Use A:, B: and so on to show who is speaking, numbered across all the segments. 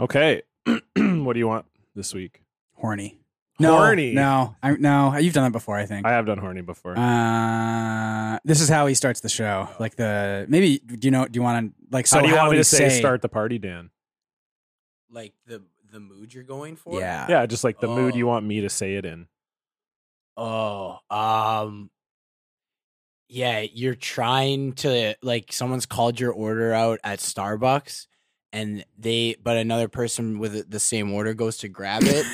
A: Okay. what do you want this week?
B: Horny. No,
A: Horny.
B: No, I, no. You've done it before, I think.
A: I have done horny before.
B: uh, this is how he starts the show. Like the maybe do you know? Do you want to like? So
A: how do you want
B: would
A: me
B: he
A: to say, start the party, Dan?
C: Like the the mood you're going for.
B: Yeah.
A: Yeah, just like the mood
C: Oh.
A: you want me to say it in.
C: Oh, um yeah, you're trying to like someone's called your order out at Starbucks and they but another person with the same order goes to grab it,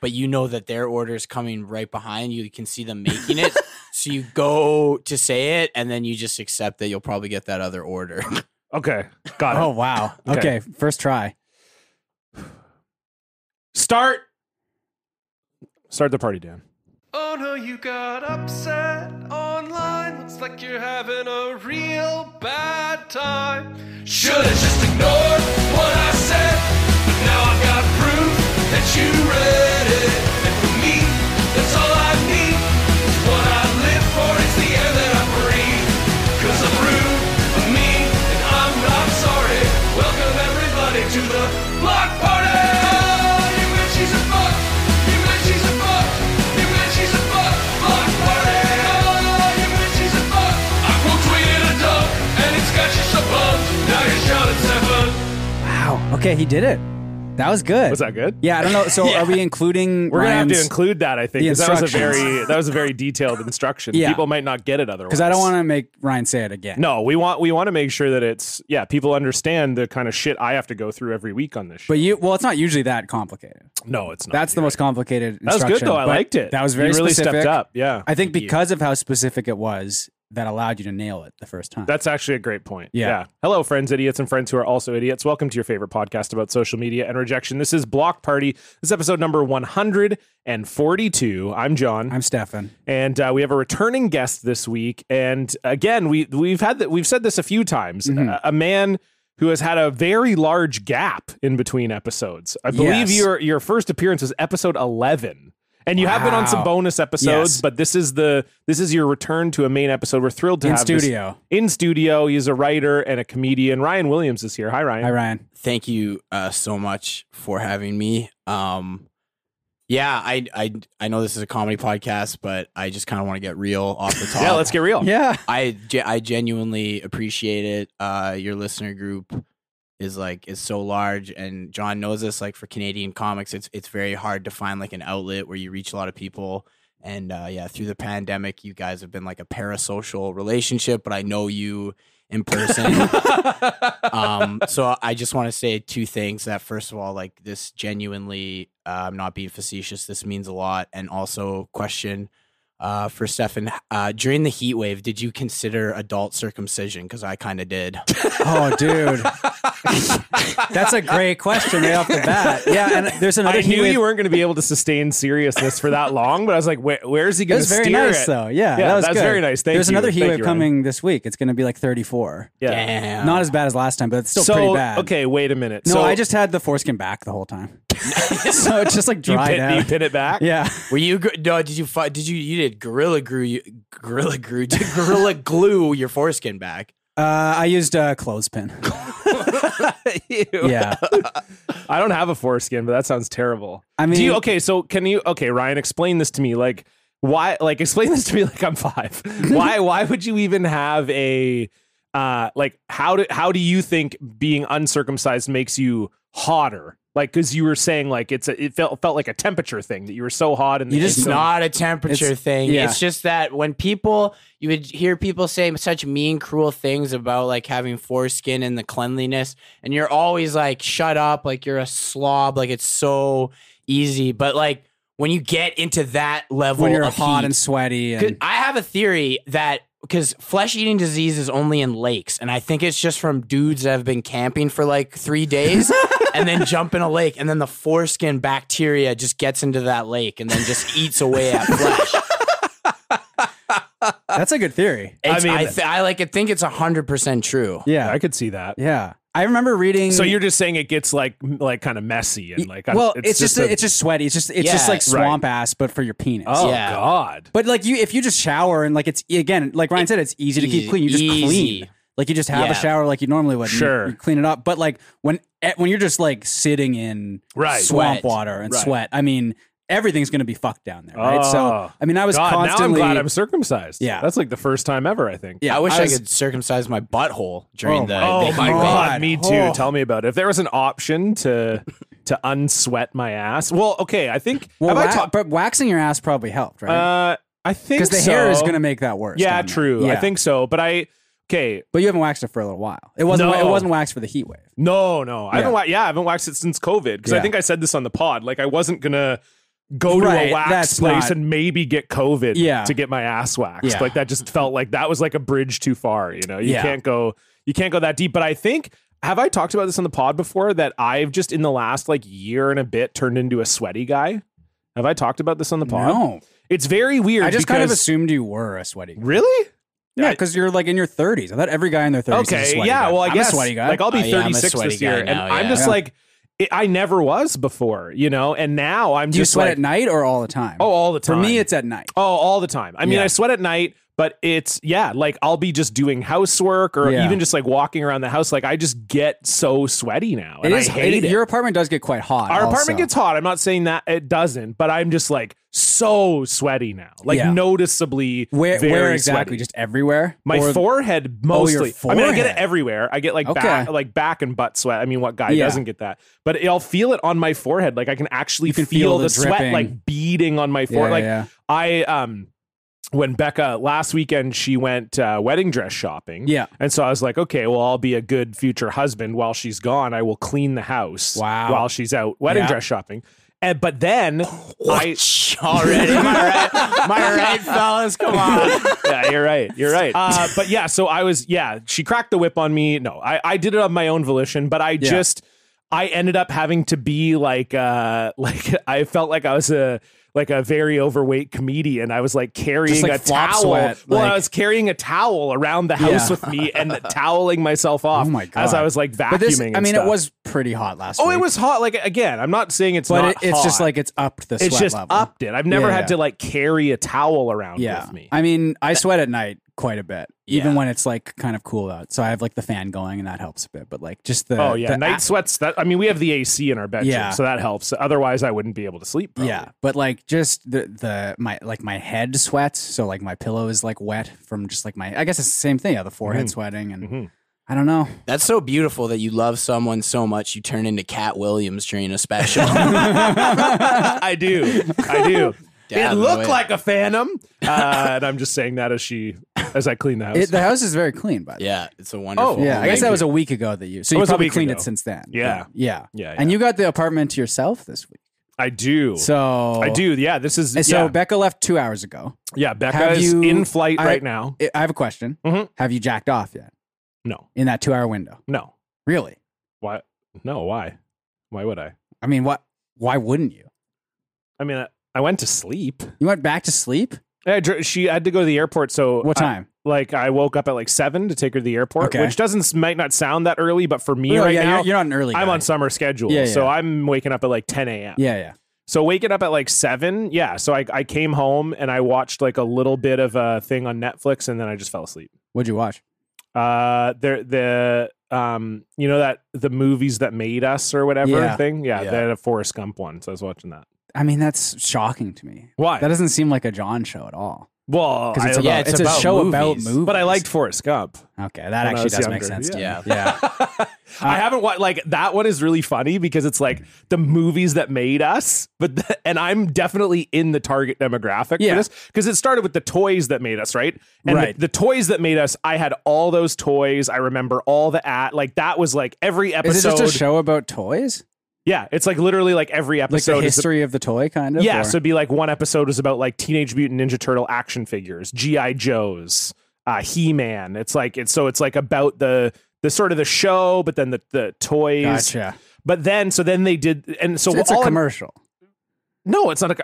C: but you know that their order is coming right behind you. You can see them making it. so you go to say it and then you just accept that you'll probably get that other order.
A: Okay, got it.
B: Oh wow.
A: Okay.
B: okay, first try.
A: Start. Start the party, Dan.
D: Oh no, you got upset online. Looks like you're having a real bad time. Should've just ignored what I said, but now I've got proof that you read it. And for me, that's all I need. It's what I live for, it's the air that I breathe. Cause I'm rude, I'm mean, and I'm not sorry. Welcome everybody to the block party! You bet she's a fuck, you bet she's a fuck, you bet she's a fuck, block party! You bet she's a fuck. I quote tweeted a dunk, and it's got you so bummed. Now you're shot at seven.
B: Wow. Okay, he did it. That was good.
A: Was that good?
B: Yeah, I don't know. So are we including?
A: We're gonna have to
B: Ryan's-
A: include that, I think,
B: the
A: because that was a very
B: instructions.
A: that was a very detailed instruction.
B: Yeah.
A: People might not get it otherwise.
B: because I don't want to make Ryan say it again.
A: No, we want we want to make sure that it's yeah. People understand the kind of shit I have to go through every week on this. Show.
B: But you, well, it's not usually that complicated.
A: no, it's not.
B: That's the
A: Oh, You're
B: most complicated.
A: right. That was good
B: instruction,
A: though. I
B: but
A: liked it.
B: That was very
A: You really
B: specific.
A: stepped up. Yeah,
B: I think
C: Thank you.
B: because of how specific it was, that allowed you to nail it the first time.
A: That's actually a great point.
B: Yeah.
A: Hello, friends, idiots, and friends who are also idiots. Welcome to your favorite podcast about social media and rejection. This is Block Party. This is episode number 142. I'm John.
B: I'm Stefan.
A: and uh, we have a returning guest this week. And again, we we've had that we've said this a few times.
B: Mm-hmm.
A: A, a man who has had a very large gap in between episodes. I believe
B: Yes.
A: your your first appearance was episode eleven. And you have been on some
B: Wow.
A: bonus episodes,
B: Yes.
A: but this is the this is your return to a main episode. We're thrilled to
B: In
A: have this-
B: studio.
A: in studio. He's a writer and a comedian. Ryan Williams is here. Hi, Ryan.
B: Hi, Ryan.
C: thank you uh, so much for having me. Um, yeah, I, I I know this is a comedy podcast, but I just kind of want to get real off the top.
A: Yeah, let's get real.
B: Yeah.
C: I ge- I genuinely appreciate it. Uh, your listener group is like is so large, and John knows this. Like for Canadian comics, it's it's very hard to find like an outlet where you reach a lot of people. And uh, yeah, through the pandemic, you guys have been like a parasocial relationship, but I know you in person. um, so I just want to say two things. That first of all, like this genuinely, uh, I'm not being facetious. This means a lot, and also question uh, for Stefan. Uh, during the heat wave, did you consider adult circumcision? Because I kind of did.
B: Oh, dude. That's a great question right off the bat. Yeah, and there's another.
A: I
B: heat
A: knew
B: wave-
A: you weren't going to be able to sustain seriousness for that long, but I was like, where, where is he
B: It
A: going to
B: was
A: steer
B: very nice,
A: it?
B: though. Yeah,
A: Yeah,
B: that was
A: that's
B: good.
A: very nice. Thank
B: There's
A: you.
B: another heat
A: Thank
B: wave
A: you, Ryan.
B: coming this week. It's going to be like 34.
A: Yeah.
C: Damn.
B: Not as bad as last time, but it's still
A: so
B: pretty bad.
A: okay, wait a minute.
B: No,
A: so
B: I just had the foreskin back the whole time, so it's just like
A: you
B: dried
A: pin, you
B: out.
A: pin it back.
B: Yeah,
C: Were you gr- no? Did you fight? Did you you did gorilla glue? You, gorilla glue? Did gorilla glue your foreskin back?
B: uh, I used a clothespin. Yeah,
A: I don't have a foreskin, but that sounds terrible.
B: I mean,
A: Do you? Okay, so can you? Okay, Ryan, explain this to me. Like why? Like explain this to me. Like I'm five. why? Why would you even have a? Uh, like how do how do you think being uncircumcised makes you hotter? Like because you were saying like it's a, it felt felt like a temperature thing that you were so hot and
B: You
C: It's
B: just-
C: not a temperature
B: It's-
C: thing.
B: yeah.
C: It's just that when people you would hear people say such mean, cruel things about like having foreskin and the cleanliness, and you're always like, "Shut up!" Like you're a slob. Like it's so easy, but like when you get into that level,
B: when you're
C: of
B: hot
C: heat-
B: and sweaty,
C: 'Cause
B: and
C: I have a theory that because flesh eating disease is only in lakes, and I think it's just from dudes that have been camping for like three days and then jump in a lake, and then the foreskin bacteria just gets into that lake and then just eats away at flesh.
B: that's a good theory.
C: It's- I
A: mean-
C: mean, I, th- I like I think it's hundred percent true.
B: Yeah,
A: I could see that.
B: yeah. I remember reading.
A: So you're just saying it gets like m- like kind of messy and like I-
B: well, it's, just
A: a-
B: it's just sweaty. It's just it's just
C: Yeah,
B: like swamp ass, but for your penis.
A: oh
C: yeah.
A: god.
B: But like you, if you just shower and like it's again, like Ryan said, it's easy to
C: Easy-
A: e-
B: keep clean. You just
C: easy.
B: clean. Like you just have
C: Yeah.
B: a shower like you normally would. and you-
A: Sure.
B: You, clean it up. But like when eh, when you're just like sitting in
A: Right.
B: swamp
C: Sweat.
B: water and
A: Right.
B: sweat, I mean everything's gonna be fucked down there, right? so
A: Oh.
B: I mean I was
A: God,
B: constantly
A: now I'm glad I'm circumcised.
B: Yeah.
A: that's like the first time ever. I think.
B: yeah,
C: I wish I,
B: was-
C: could circumcise my butthole during
B: Oh
C: the.
B: my-
A: Oh
C: the
A: my
B: God.
A: god, me too.
B: Oh.
A: Tell me about it. If there was an option to to unsweat my ass, well, okay. I think.
B: Well,
A: have
B: wa-
A: I talked?
B: but waxing your ass probably helped, right?
A: Uh, I think
B: Because the
A: so.
B: hair is going to make that worse.
A: Yeah,
B: down there.
A: true. I
B: Yeah.
A: think so. But I okay.
B: But you haven't waxed it for a little while. It wasn't.
A: No.
B: It wasn't waxed for the heat wave.
A: No, no, I
B: Yeah.
A: haven't. Wa- yeah, I haven't waxed it since COVID because I
B: Yeah.
A: think I said this on the pod. Like I wasn't gonna go to
B: Right,
A: a wax
B: that's
A: place
B: not-
A: and maybe get COVID
B: Yeah.
A: to get my ass waxed.
B: Yeah.
A: Like that just felt like that was like a bridge too far. You know, you
B: Yeah.
A: can't go you can't go that deep. But I think have I talked about this on the pod before that I've just in the last like year and a bit turned into a sweaty guy. Have I talked about this on the pod?
B: No,
A: It's very weird.
B: I just kind of
A: because-
B: assumed you were a sweaty. Guy.
A: really.
B: Yeah, because you're like in your 30s. I thought every guy in their 30s is a
A: Okay,
B: sweaty
A: yeah.
B: guy.
A: Well, I
B: I'm
A: guess
B: a sweaty guy.
A: Like I'll be
C: I am a
A: 36
C: sweaty
A: this year,
C: guy now,
A: and I'm
C: yeah.
A: just
B: Yeah.
A: like, it, I never was before, you know. And now I'm
B: Do you
A: just
B: sweat
A: like,
B: at night or all the time?
A: oh, all the
B: for
A: time.
B: me, it's at night.
A: oh, all the time. I mean,
B: Yeah.
A: I sweat at night, but it's yeah, like I'll be just doing housework or
B: Yeah.
A: even just like walking around the house. Like I just get so sweaty now, and
B: it is.
A: I hate it.
B: Your apartment does get quite hot.
A: Our apartment
B: also.
A: gets hot. I'm not saying that it doesn't, but I'm just like so sweaty now, like
B: Yeah.
A: noticeably.
B: where
A: very
B: where exactly?
A: sweaty.
B: Just everywhere.
A: My
B: Or-
A: forehead
B: Oh, your
A: mostly. I mean, I get it
B: forehead.
A: everywhere. I get like
B: Okay.
A: back, like back and butt sweat. I mean, what guy
B: Yeah.
A: doesn't get that? But I'll feel it on my forehead. Like I can actually
B: You can
A: feel,
B: feel
A: the,
B: the
A: sweat
B: dripping.
A: like beading on my
B: Yeah,
A: forehead. like
B: yeah.
A: I um. When Becca last weekend she went uh, wedding dress shopping,
B: Yeah.
A: and so I was like, okay, well, I'll be a good future husband while she's gone. I will clean the house
B: Wow.
A: while she's out wedding
B: Yeah.
A: dress shopping, and but then I,
C: already. Am I right? Am I right, fellas? Come on.
A: yeah, you're right. You're right. Uh, but yeah, so I was, yeah, she cracked the whip on me. No, I, I did it on my own volition, but I just, I ended up having to be like, uh, like I felt like I was a, like a very overweight comedian. I was like carrying
B: like
A: a
B: flop
A: towel.
B: sweat,
A: well, I
B: like-
A: was carrying a towel around the house
B: Yeah.
A: with me and toweling myself off
B: Oh my God.
A: as I was like vacuuming.
B: But this, I
A: and
B: mean,
A: stuff.
B: it was pretty hot last.
A: Oh,
B: week,
A: it was hot. Like again, I'm not saying it's
B: But
A: not.
B: it, it's just
A: hot.
B: like it's upped the sweat
A: it's just
B: level.
A: upped it. I've never
B: Yeah,
A: had
B: yeah.
A: to like carry a towel around
B: yeah.
A: with me.
B: I mean, I sweat at night quite a bit, even
C: Yeah.
B: when it's like kind of cool out. So I have like the fan going, and that helps a bit. But like just the
A: Oh yeah,
B: the
A: night
B: a-
A: sweats. That I mean, we have the AC in our bedroom,
B: Yeah.
A: so that helps. Otherwise, I wouldn't be able to sleep. Probably.
B: yeah, but like just the the my like my head sweats. So like my pillow is like wet from just like my. I guess it's the same thing. Yeah, the forehead sweating, and
A: Mhm.
B: I don't know.
C: That's so beautiful that you love someone so much you turn into Cat Williams during a special.
A: I do. I do.
C: Damn,
A: it looked
C: wait.
A: like a phantom, uh, and I'm just saying that as she as I clean the house.
B: It, the house is very clean, by the way.
C: yeah, it's a wonderful.
A: Oh,
B: Yeah, I guess
A: thank
B: that was a week ago that you. So
A: It
B: you
A: was a
B: probably
A: week
B: cleaned
A: ago.
B: it since then.
A: Yeah.
B: yeah,
A: Yeah,
B: And you got the apartment to yourself this week.
A: I do.
B: So
A: I do. Yeah, this is
B: And So
A: yeah.
B: Becca left two hours ago.
A: yeah, Becca
B: have
A: is
B: you-
A: in flight
B: I-
A: right now.
B: I- I have a question.
A: Mhm.
B: Have you jacked off yet
A: No,
B: in that two hour window?
A: no.
B: Really?
A: Why? No. Why? Why would I?
B: I mean, what? Why wouldn't you?
A: I mean, I, I went to sleep.
B: You went back to sleep.
A: I dr- she had to go to the airport, so
B: What
A: I-
B: time?
A: like I woke up at like seven to take her to the airport,
B: Okay.
A: which doesn't might not sound that early, but for me
B: Oh,
A: right
B: yeah,
A: now,
B: you're, you're not an early.
A: I'm
B: guy.
A: on summer schedule,
B: Yeah,
A: so
B: yeah.
A: I'm waking up at like 10 a.m.
B: Yeah, yeah.
A: So waking up at like seven, yeah. So I, I came home and I watched like a little bit of a thing on Netflix, and then I just fell asleep.
B: What'd you watch?
A: Uh, there the um, you know that the movies that made us or whatever
B: Yeah.
A: thing, yeah,
C: Yeah.
A: They had a Forrest Gump one, so I was watching that.
B: I mean, that's shocking to me.
A: Why?
B: That doesn't seem like a John show at all.
A: well,
B: Because it's,
A: I-
B: about,
C: Yeah, it's
B: it's,
C: about
B: a show about
C: movies.
B: movies.
A: but I liked Forrest Gump.
B: Okay, that
A: when I
B: actually
A: was
B: does make
A: younger.
B: sense. to me.
C: Yeah.
B: yeah. Uh,
A: I haven't watched like that one is really funny because it's like the movies that made us, but the, and I'm definitely in the target demographic
B: Yeah.
A: for this because it started with the toys that made us, right? And
B: Right.
A: The, the toys that made us, I had all those toys. I remember all the at like that was like every episode.
B: Is it just a show about toys?
A: Yeah, it's like literally like every
B: Like
A: episode
B: the
A: is
B: history of the toy, kind of?
A: yeah,
B: or-
A: so it'd be like one episode was about like Teenage Mutant Ninja Turtle action figures, GI Joes, uh, He Man. It's like it's so it's like about the the sort of the show, but then the the toys.
B: gotcha.
A: But then so then they did, and so
B: it's
A: all
B: a
A: I'm-
B: commercial.
A: no, it's not a. co-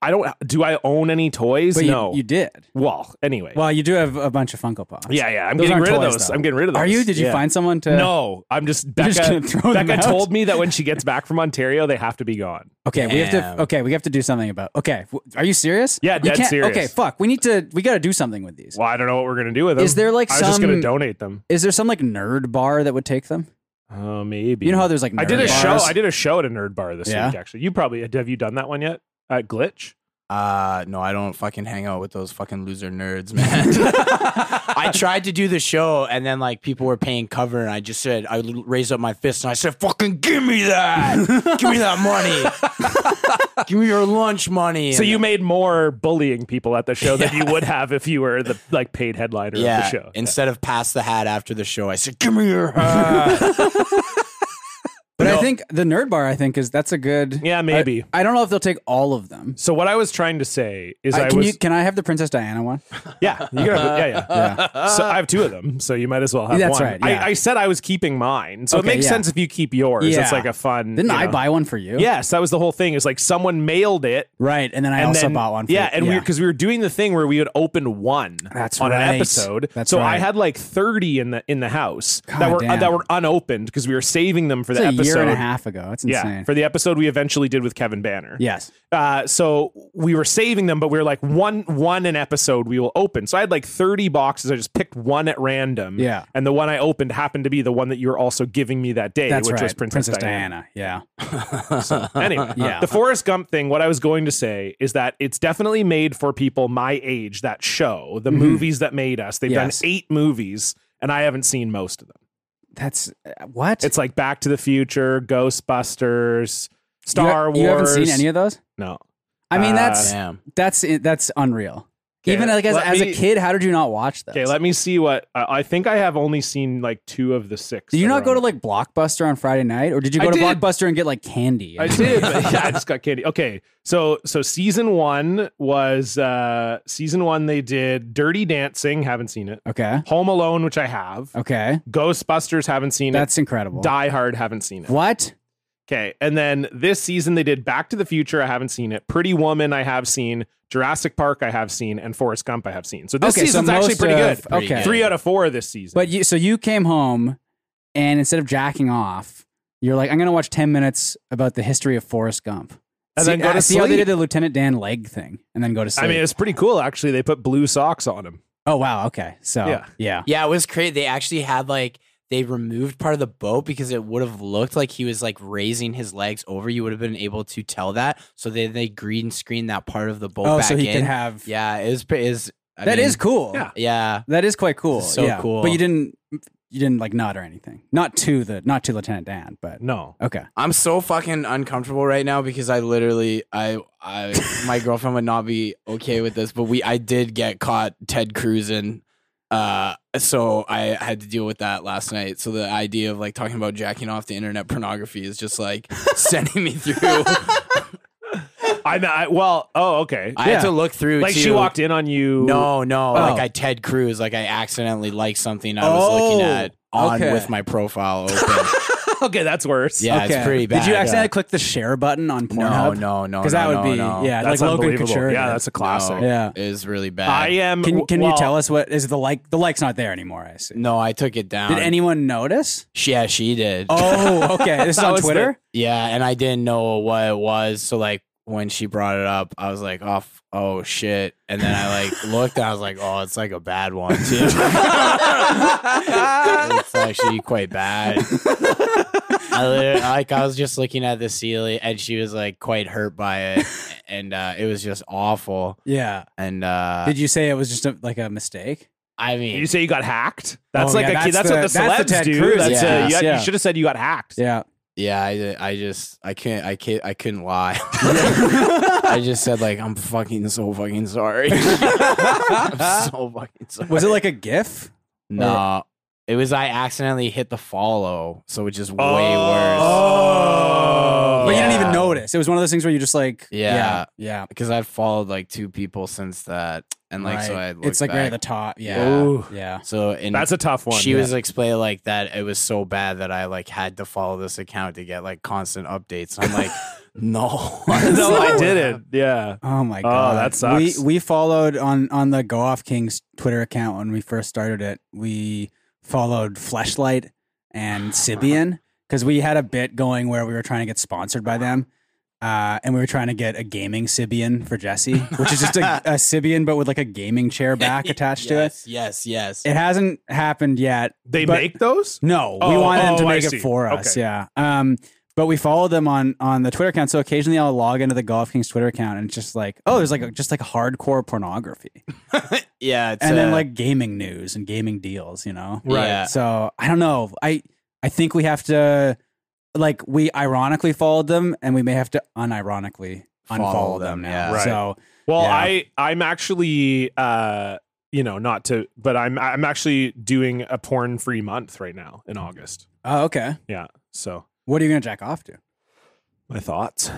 A: I don't. Do I own any toys?
B: But you-
A: no.
B: you, did.
A: well, anyway.
B: Well, you do have a bunch of Funko Pops.
A: yeah, yeah. I'm
B: Those
A: getting
B: aren't
A: rid of
B: toys,
A: those.
B: though.
A: I'm getting rid of those.
B: Are you? Did you
A: Yeah.
B: find someone to?
A: No, I'm just Becca.
B: just gonna throw them
A: Becca
B: out?
A: told me that when she gets back from Ontario, they have to be gone.
B: Okay, we have
C: Damn.
B: to. Okay, we have to do something about. Okay, w- are you serious?
A: Yeah,
B: You
A: dead
B: can't-
A: serious.
B: Okay, fuck. We need to. We got to do something with these.
A: Well, I don't know what we're gonna do with them.
B: Is there, like,
A: I was just gonna
B: some-
A: donate them?
B: Is there some like nerd bar that would take them?
A: Oh, maybe.
B: You know how there's like nerd
A: I did a
B: bars?
A: show. I did a show at a nerd bar this
B: Yeah.
A: week. Actually, you probably have you done that one yet at Glitch?
C: Uh, no, I don't fucking hang out with those fucking loser nerds, man. I tried to do the show, and then like people were paying cover, and I just said, I l- raised up my fist and I said, "Fucking give me that! give me that money! give me your lunch money!"
A: So
C: And-
A: you made more bullying people at the show than you would have if you were the like paid headliner
C: yeah.
A: of the show.
C: Instead of pass the hat after the show, I said, "Give me your hat."
B: But
C: No.
B: I think the nerd bar. I think is that's a good.
A: Yeah, maybe.
B: I, I don't know if they'll take all of them.
A: so what I was trying to say is
B: I,
A: I,
B: can
A: was
B: you? Can I have the Princess Diana one?
A: yeah you gotta, yeah yeah
B: Yeah.
A: So I have two of them, so you might as well have
B: That's
A: one.
B: right, yeah.
A: I, I said I was keeping mine, so it
B: Okay,
A: makes
B: yeah.
A: sense if you keep yours.
B: Yeah.
A: It's like a fun.
B: Didn't
A: you
B: I
A: know.
B: buy one for you?
A: Yes, that was the whole thing. Is like someone mailed it.
B: Right, and then I
A: and
B: also
A: then-
B: bought one. For
A: yeah, and
B: you.
A: we because we were doing the thing where we would open one
B: That's
A: on an
B: right.
A: episode.
B: That's
A: so I
B: right.
A: had like thirty in the in the house that
B: God
A: were uh,
B: damn.
A: that were unopened because we were saving them for
B: It's
A: the
B: a
A: episode.
B: year and a half ago. It's
A: Yeah,
B: insane.
A: for the episode we eventually did with Kevin Banner.
B: yes.
A: Uh, so we were saving them, but we were like one one an episode we will open. So I had like thirty boxes. I just picked one at random.
B: Yeah.
A: and the one I opened happened to be the one that you were also giving me that day,
B: That's
A: which
B: right.
A: was Princess, Diana.
B: Yeah.
A: Anyway,
B: Yeah.
A: the Forrest Gump thing. What I was going to say is that it's definitely made for people my age. That show, the movies that made us. They've
B: Mm-hmm. Yes.
A: done eight movies, and I haven't seen most of them.
B: That's uh, what?
A: It's like Back to the Future, Ghostbusters, Star
B: you, ha- You haven't
A: Wars.
B: seen any of those?
A: no.
B: I mean,
A: Uh,
B: that's
C: Damn.
B: that's that's unreal. Even like as,
A: let
B: as
A: me-
B: a kid, how did you not watch those?
A: Okay, let me see what I I think. I have only seen like two of the six.
B: did you
A: that
B: not
A: are
B: go to
A: on
B: like Blockbuster on Friday night, or did you
A: I
B: go to
A: did.
B: Blockbuster and get like candy?
A: it. I did. But yeah, I just got candy. Okay, so so season one was uh season one. They did Dirty Dancing. Haven't seen it.
B: Okay.
A: Home Alone, which I have.
B: Okay.
A: Ghostbusters. Haven't seen
B: That's
A: it.
B: incredible.
A: Die Hard. Haven't seen it.
B: What?
A: Okay, and then this season they did Back to the Future. I haven't seen it. Pretty Woman. I have seen. Jurassic Park. I have seen. And Forrest Gump. I have seen. So this
B: Okay, so
A: season's actually
B: most
A: pretty
B: of-
A: good.
B: Pretty
C: okay. good.
A: Three out of four this season.
B: But you, so you came home, and instead of jacking off, you're like, I'm gonna watch ten minutes about the history of Forrest Gump.
A: And
B: see,
A: then go to
B: uh, see how they
A: sleep.
B: did the Lieutenant Dan leg thing, and then go to sleep.
A: I mean, it's pretty cool actually. They put blue socks on him.
B: oh wow, okay, so
A: Yeah.
B: yeah,
C: Yeah, it was crazy. They actually had like they removed part of the boat because it would have looked like he was like raising his legs over. You would have been able to tell that. So they they green screened that part of the boat
B: Oh,
C: back
B: so he
C: in.
B: could have. Yeah,
C: yeah, it was pretty. Is
B: that is cool.
A: Yeah.
C: Yeah,
B: That is quite cool.
C: So
B: yeah.
C: cool.
B: But you didn't you didn't like nod or anything. Not to the not to Lieutenant Dan, but
A: No.
B: okay.
C: I'm so fucking uncomfortable right now because I literally I I my girlfriend would not be okay with this, but we I did get caught Ted cruising. Uh, so I had to deal with that last night. So the idea of like talking about jacking off to internet pornography is just like sending me through.
A: I, know- I well, oh okay.
C: I had to look through.
A: like she
C: too.
A: walked in on you.
C: No, no, like
B: Oh.
C: I Ted Cruz, like I accidentally liked something I was looking
B: Oh,
C: at on
B: okay.
C: with my profile open.
A: okay, that's worse.
C: Yeah,
B: okay.
C: it's pretty bad.
B: Did you accidentally click the share button on
C: No,
B: Pornhub?
C: no, no,
B: Because that
C: no,
B: would
C: no,
B: be
C: no.
B: yeah,
A: that's
B: like Logan
A: unbelievable.
B: Couture.
A: Yeah,
B: did.
A: that's a classic.
C: No,
B: Yeah.
C: It was really bad.
A: I am.
B: Can can
A: well,
B: you tell us what is the like the like's not there anymore? I see.
C: No, I took it down.
B: Did anyone notice?
C: She- Yeah, she did.
B: Oh, okay. This is
A: That
B: on
A: was the-
B: Twitter.
C: yeah, and I didn't know what it was. So like when she brought it up, I was like, "Oh, f- oh shit!" And then I like looked, and I was like, "Oh, it's like a bad one too. it's actually quite bad." I lit- like I was just looking at the ceiling, and she was like quite hurt by it, and uh, it was just awful.
B: yeah.
C: And uh,
B: Did you say it was just a, like a mistake?
C: I mean,
A: Did you say you got hacked? That's
B: Oh,
A: like
B: yeah,
A: a
B: that's
A: kid. That's what
B: the-
A: the celebs
B: that's the Ted
A: do.
B: Cruz
A: That's uh,
C: yes,
A: you, had- you
B: yeah.
A: should have said you got hacked.
B: Yeah.
C: Yeah, I, I just I can't I can't I couldn't lie. I just said like I'm fucking so fucking sorry. I'm so fucking sorry.
B: Was it like a GIF?
C: no? It was I accidentally hit the follow, so which is way
A: Oh.
C: worse.
B: but you didn't
A: Yeah.
B: even notice. It was one of those things where you just like,
C: Yeah.
B: yeah, yeah,
C: because I've followed like two people since that, and like so I
B: right.
C: looked
B: it's like right at
C: back.
B: the top. Yeah,
C: Yeah.
A: Ooh,
B: yeah.
C: so and
A: that's a tough one.
C: she
A: yeah.
C: was explaining like that it was so bad that I like had to follow this account to get like constant updates. I'm like, no,
A: no, I didn't. Yeah.
B: Oh my god,
A: Oh, that sucks.
B: We we followed on on the Go Off Kings Twitter account when we first started it. We followed Fleshlight and Sibian because we had a bit going where we were trying to get sponsored by them. Uh, and we were trying to get a gaming Sibian for Jesse, which is just a, a Sibian but with like a gaming chair back attached
C: yes, Yes, yes.
B: to it. It hasn't happened yet.
A: They
B: but-
A: make those?
B: no, we
A: Oh,
B: wanted them to
A: oh, I
B: make
A: see.
B: it for us.
A: Okay.
B: Yeah. Um, but we follow them on on the Twitter account. So occasionally I'll log into the Golf Kings Twitter account and it's just like, oh, there's like a, just like hardcore pornography,
C: yeah, it's,
B: and then
C: uh,
B: like gaming news and gaming deals. You know.
A: Right.
C: yeah.
B: So I don't know. I I think we have to like we ironically followed them, and we may have to unironically unfollow
C: Follow
B: them, now.
C: them, yeah.
A: Right.
B: So
A: Well,
B: Yeah.
A: I I'm actually uh you know, not to but I'm I'm actually doing a porn free month right now in August.
B: oh, okay.
A: Yeah. So
B: What are you gonna jack off to?
A: my thoughts.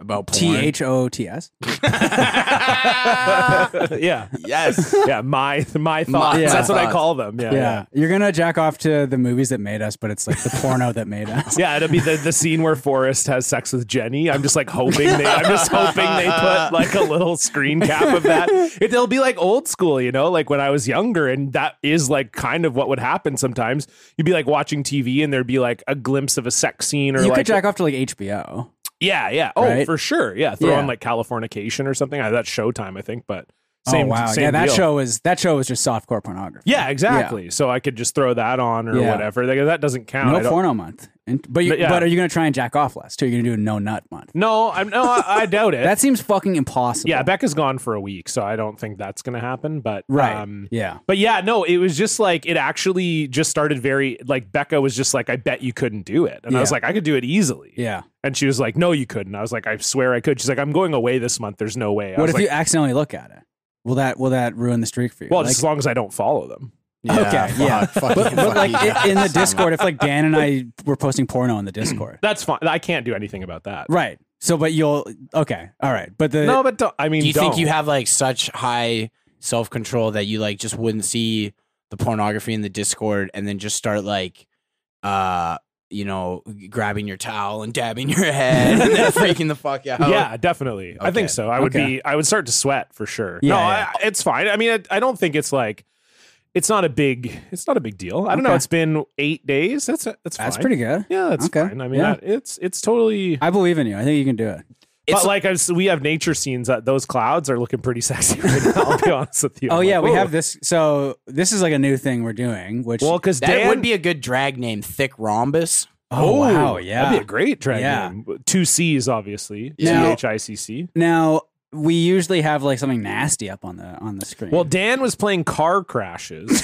C: about porn.
B: T H O T S.
A: Oh, yeah.
C: yes.
A: Yeah, my my thoughts.
C: My
A: That's what I
C: thoughts.
A: call them. Yeah. Yeah.
B: yeah, you're gonna jack off to the movies that made us, but it's like the porno that made us.
A: Yeah, it'll be the, the scene where Forrest has sex with Jenny. I'm just like hoping they I'm just hoping they put like a little screen cap of that. It, it'll be like old school, you know, like when I was younger and that is like kind of what would happen sometimes. You'd be like watching TV and there'd be like a glimpse of a sex scene or
B: you
A: like
B: could jack off to like HBO.
A: Yeah, yeah. Oh,
B: Right?
A: for sure. Yeah. Throw
B: Yeah.
A: on like Californication or something. Uh, that's Showtime, I think, but same
B: oh wow,
A: same
B: yeah, that
A: deal.
B: show was that show was just softcore pornography.
A: Yeah, exactly. So I could just throw that on or
B: Yeah.
A: whatever. Like, that doesn't count. I
B: no
A: don't-
B: porno month. And, but you,
A: But
B: but,
A: yeah.
B: are you gonna try and jack off less too? You're gonna do a no nut month.
A: No, I'm no, I, I doubt it.
B: That seems fucking impossible.
A: yeah, Becca's gone for a week, so I don't think that's gonna happen. But
B: right.
A: um,
B: yeah,
A: but yeah, no, it was just like it actually just started very like Becca was just like, I bet you couldn't do it, and I was
B: Yeah.
A: like, I could do it easily,
B: yeah.
A: and she was like, No, you couldn't. I was like, I swear I could. She's like, I'm going away this month. There's no way. I
B: What
A: was
B: if
A: like,
B: you accidentally look at it? Will that will that ruin the streak for you?
A: Well,
B: Like-
A: just as long as I don't follow them.
C: Yeah,
B: okay, yeah. But,
C: fuck, fucking
B: but like
C: fucking
B: i- in the
C: yes.
B: Discord, if like Dan and I were posting porno in the Discord,
A: That's fine. I can't do anything about that.
B: right? So, but you'll okay, all right. But the
A: No, but don't, I mean,
C: do you think
A: don't.
C: you have like such high self control that you like just wouldn't see the pornography in the Discord and then just start like, uh, you know, grabbing your towel and dabbing your head and then freaking the fuck out?
A: Yeah, definitely. I
C: Okay.
A: think so. I would
B: Oh, Okay.
A: be. I would start to sweat for sure.
B: Yeah,
A: no,
B: yeah.
A: I, it's fine. I mean, I, I don't think it's like. It's not a big. It's not a big deal. I don't know.
B: Okay.
A: It's been eight days. That's that's fine.
B: that's pretty good.
A: Yeah, that's
B: Okay.
A: fine. I mean,
B: Yeah.
A: that, it's it's totally.
B: I believe in you. I think you can do it.
A: but
C: It's-
A: like, I've, we have nature scenes. That those clouds are looking pretty sexy right now. I'll be honest with you.
B: Oh
A: I'm
B: yeah,
A: like,
B: we
A: "Whoa."
B: have this. So this is like a new thing we're doing. Which
A: Well, because
C: That
A: Dan
C: would be a good drag name, Thick Rhombus.
B: oh, wow,
A: that'd be
B: yeah.
A: a great drag
B: Yeah.
A: name. Two C's, obviously. T
B: Now-
A: H I C C.
B: now we usually have like something nasty up on the on the screen.
A: Well, Dan was playing car crashes,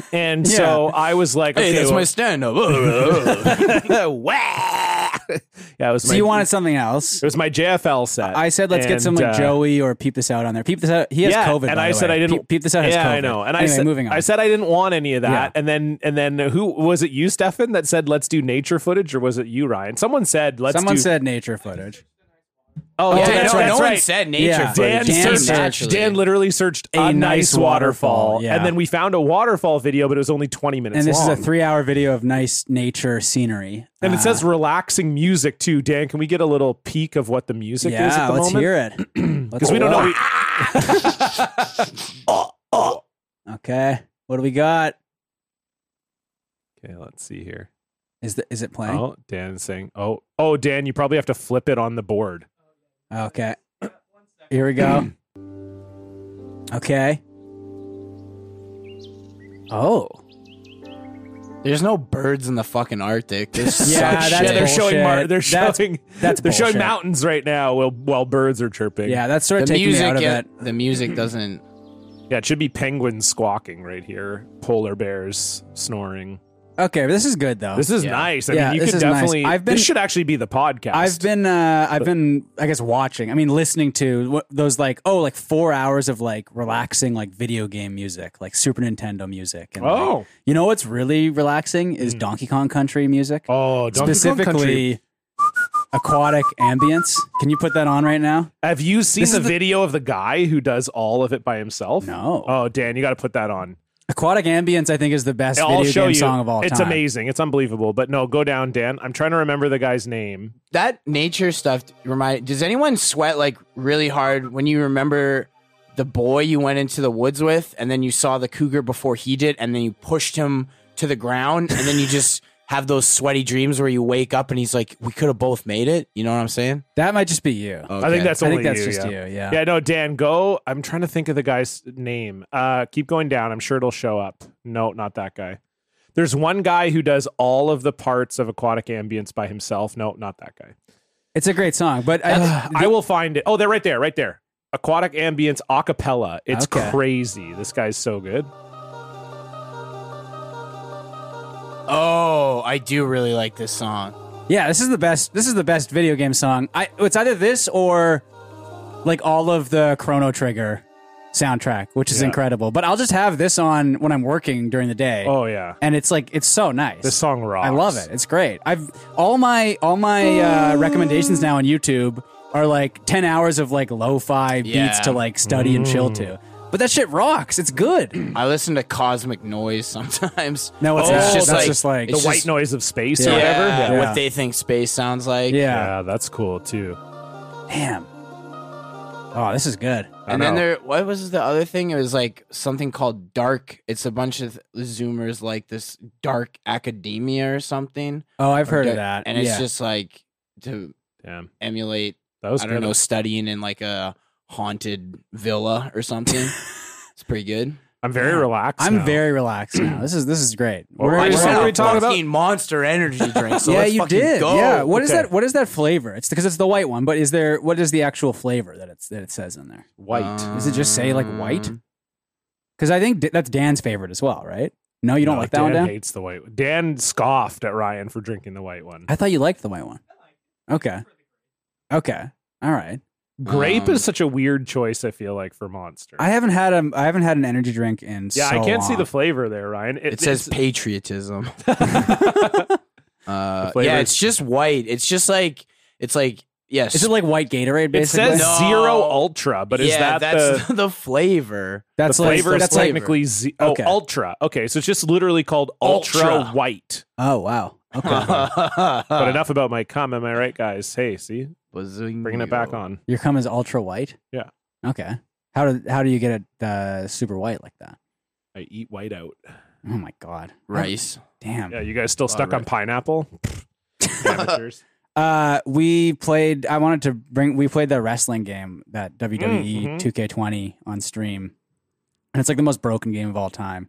A: and so I was like, okay, well-
C: stand up. yeah,
A: Wah! yeah, it was.
B: so
A: my,
B: you wanted something else.
A: It was my JFL set.
B: I said let's get some
A: And,
B: like
A: uh,
B: Joey or peep this out on there. Peep this out. He has
A: yeah,
B: COVID.
A: and
B: by
A: I
B: the
A: said
B: way.
A: I didn't.
B: Peep, peep this out. has
A: Yeah, I
B: COVID.
A: know. And
B: Anyway,
A: I said,
B: moving on.
A: I said I didn't want any of that.
B: Yeah.
A: And then, and then, uh, who was it? You, Stefan, that said let's do nature footage, or was it you, Ryan? Someone said let's.
B: someone
A: do,
B: said nature footage.
A: Oh,
B: Yeah,
A: yeah, that's
B: that's
C: no,
A: right.
C: no
A: that's
C: one
A: right.
C: said nature.
B: Yeah.
A: Dan,
C: footage.
B: Dan
C: Came
A: searched,
C: naturally.
A: Dan literally searched a,
B: A
A: nice
B: nice
A: waterfall,
B: waterfall, yeah.
A: and then we found a waterfall video, but it was only twenty minutes.
B: And this
A: long.
B: is a three-hour video of nice nature scenery.
A: And
B: Uh,
A: it says relaxing music too. Dan, can we get a little peek of what the music is at
B: "Yeah,
A: the
B: let's
A: moment?
B: hear it."
A: Because we don't know. we-
B: okay, what do we got?
A: Okay, let's see here.
B: Is the, is it playing?
A: Oh, Dan's saying, "Oh, oh, Dan, you probably have to flip it on the board."
B: Okay. Here we go. okay. Oh.
C: There's no birds in the fucking Arctic. There's
B: Yeah, that's
C: such
A: yeah,
C: shit.
A: they're showing mar-
B: bullshit.
A: they're
B: That's-
A: showing
B: that's
A: they're showing
B: bullshit.
A: mountains right now while while birds are chirping.
B: Yeah, that's sort of
C: the
B: taking
C: music,
B: me out of
C: yeah,
B: it.
C: the music doesn't.
A: yeah, it should be penguins squawking right here, polar bears snoring.
B: Okay, but this is good though.
A: This is
C: Yeah.
A: nice. I
B: Yeah,
A: mean, you
B: this
A: could
B: is nice.
A: definitely.
B: I've been-
A: this should actually be the podcast.
B: I've been, uh, I've been, I guess, watching. I mean, listening to wh- those like, oh, like four hours of like relaxing, like video game music, like Super Nintendo music. And, like,
A: Oh.
B: you know what's really relaxing is Donkey Kong Country music.
A: Oh, Donkey Kong Country.
B: specifically aquatic ambience. Can you put that on right now?
A: Have you seen
B: This
A: the,
B: is the-
A: video of the guy who does all of it by himself?
B: No.
A: Oh, Dan, you got to put that on.
B: Aquatic ambience, I think, is the best
A: I'll
B: video
A: show
B: game
A: you.
B: song of all
A: it's
B: time.
A: amazing. It's unbelievable. But no, go down, Dan. I'm trying to remember the guy's name.
C: that nature stuff remind does anyone sweat like really hard when you remember the boy you went into the woods with and then you saw the cougar before he did and then you pushed him to the ground and then you just have those sweaty dreams where you wake up and he's like we could have both made it you know what i'm saying
B: That might just be you.
A: I think that's
B: I
A: only
B: think that's
A: you,
B: just
A: yeah.
B: you. Yeah.
A: Yeah, no, Dan, go. I'm trying to think of the guy's name. Uh, keep going down. I'm sure it'll show up. No, not that guy. There's one guy who does all of the parts of aquatic ambience by himself. No, not that guy.
B: It's a great song, but I,
A: I will find it. Oh, they're right there, right there. Aquatic ambience acapella. It's
B: Okay.
A: crazy. This guy's so good.
C: oh i do really like this song
B: yeah, this is the best. This is the best video game song. I it's either this or like all of the Chrono Trigger soundtrack, which is
A: Yeah.
B: incredible. But I'll just have this on when I'm working during the day,
A: Oh yeah,
B: and it's like it's so nice.
A: this song rocks.
B: I love it. It's great. I've all my all my uh, recommendations now on YouTube are like ten hours of like lo-fi beats
C: Yeah.
B: to like study and chill
A: Mm.
B: to. But that shit rocks. It's good.
C: i listen to cosmic noise sometimes
B: No, it's
A: Oh,
B: not.
A: it's just
B: That's
A: like-
B: just like
A: The
C: It's
A: white
C: just-
A: noise of space
B: Yeah.
A: or whatever.
C: yeah,
B: Yeah.
C: what they think space sounds like
B: yeah.
A: yeah, that's cool too.
B: Damn. Oh, this is good.
A: I
C: and then
A: know.
C: there, what was the other thing? It was like something called dark. It's a bunch of Zoomers like this dark academia or something.
B: Oh, I've
C: Or
B: heard of
C: dark-
B: that.
C: and it's
B: Yeah.
C: just like to
A: Damn,
C: emulate.
A: that was
C: I don't
A: good.
C: know, studying in like a haunted villa or something. it's pretty good.
A: I'm very
B: Yeah.
A: relaxed.
B: I'm
A: now.
B: very relaxed now. This is this is great.
A: Well,
B: We're-
A: I just
B: we're-
A: had- are we talking about?
C: fucking Monster Energy drink. So
B: yeah,
C: let's
B: you
C: fucking
B: did.
C: Go.
B: Yeah. What is
A: Okay.
B: that? What is that flavor? It's because it's the white one. But is there? What is the actual flavor that it's that it says in there?
A: white.
B: Does it just say like white?
C: Um,
B: Because I think D- that's Dan's favorite as well, right? No, you don't
A: No,
B: like that one,
A: Dan
B: Dan.
A: hates the white one. Dan scoffed at Ryan for drinking the white one.
B: I thought you liked the white one. Okay. Okay. All right.
A: Grape
C: Um,
A: is such a weird choice. I feel like for Monster.
B: I haven't had a I haven't had an energy drink in
A: yeah,
B: so
A: I can't see
B: long.
A: the flavor there, Ryan.
C: It, says patriotism. Uh,
A: flavor
C: yeah,
A: is-
C: it's just white. It's just like it's like yes.
B: Is it like white Gatorade
A: It says
B: basically?
C: No.
A: zero ultra, but is
C: yeah,
A: that
C: that's
A: the,
C: the, flavor?
A: the
B: that's like
A: flavor?
B: that's
A: is
B: like
A: technically ze- oh,
B: Okay.
A: ultra. Okay, so it's just literally called ultra,
C: Ultra.
A: white.
B: oh wow. Okay.
A: But enough about my cum. Am I right, guys? Hey, see, bringing it back on.
B: Your cum is ultra white?
A: Yeah.
B: Okay. How do how do you get it uh, super white like that?
A: I eat white out.
B: Oh my god.
C: rice.
B: Damn.
A: Yeah, you guys still stuck on
C: right.
A: pineapple? Amateurs.
B: Uh, we played. I wanted to bring. We played the wrestling game that E WWE
A: mhm.
B: 2K20 on stream, and it's like the most broken game of all time.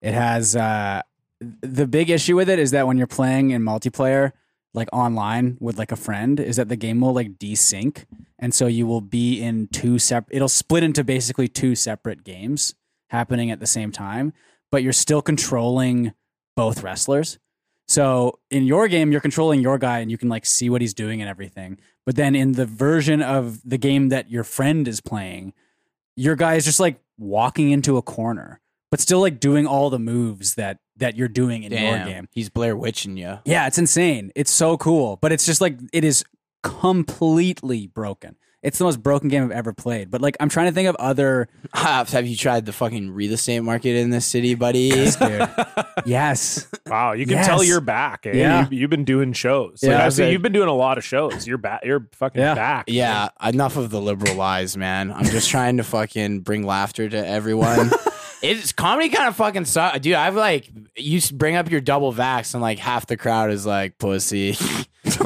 B: It has uh, the big issue with it is that when you're playing in multiplayer, like online with like a friend, is that the game will like desync, and so you will be in two separate. It'll split into basically two separate games happening at the same time, but you're still controlling both wrestlers. So in your game, you're controlling your guy and you can like see what he's doing and everything. But then in the version of the game that your friend is playing, your guy is just like walking into a corner, but still like doing all the moves that that you're doing in your game.
C: Damn, he's Blair Witching you.
B: Yeah, it's insane. It's so cool, but it's just like it is completely broken. It's the most broken game I've ever played. But like I'm trying to think of other
C: Have, have you tried the fucking real estate market in this city, buddy?
B: Yes, dude. yes.
A: Wow, you can tell
B: Yes.
A: you're back. eh?
B: Yeah.
A: you, have been doing shows. Like,
B: Yeah,
A: I
B: I've
A: see
B: been-
A: you've been doing a lot of shows. You're back. You're fucking
B: Yeah.
A: back.
C: yeah, enough of the liberal lies, man. I'm just trying to fucking bring laughter to everyone. it's comedy kind of fucking sucks, dude. I've like you s- bring up your double vax, and like half the crowd is like pussy. it's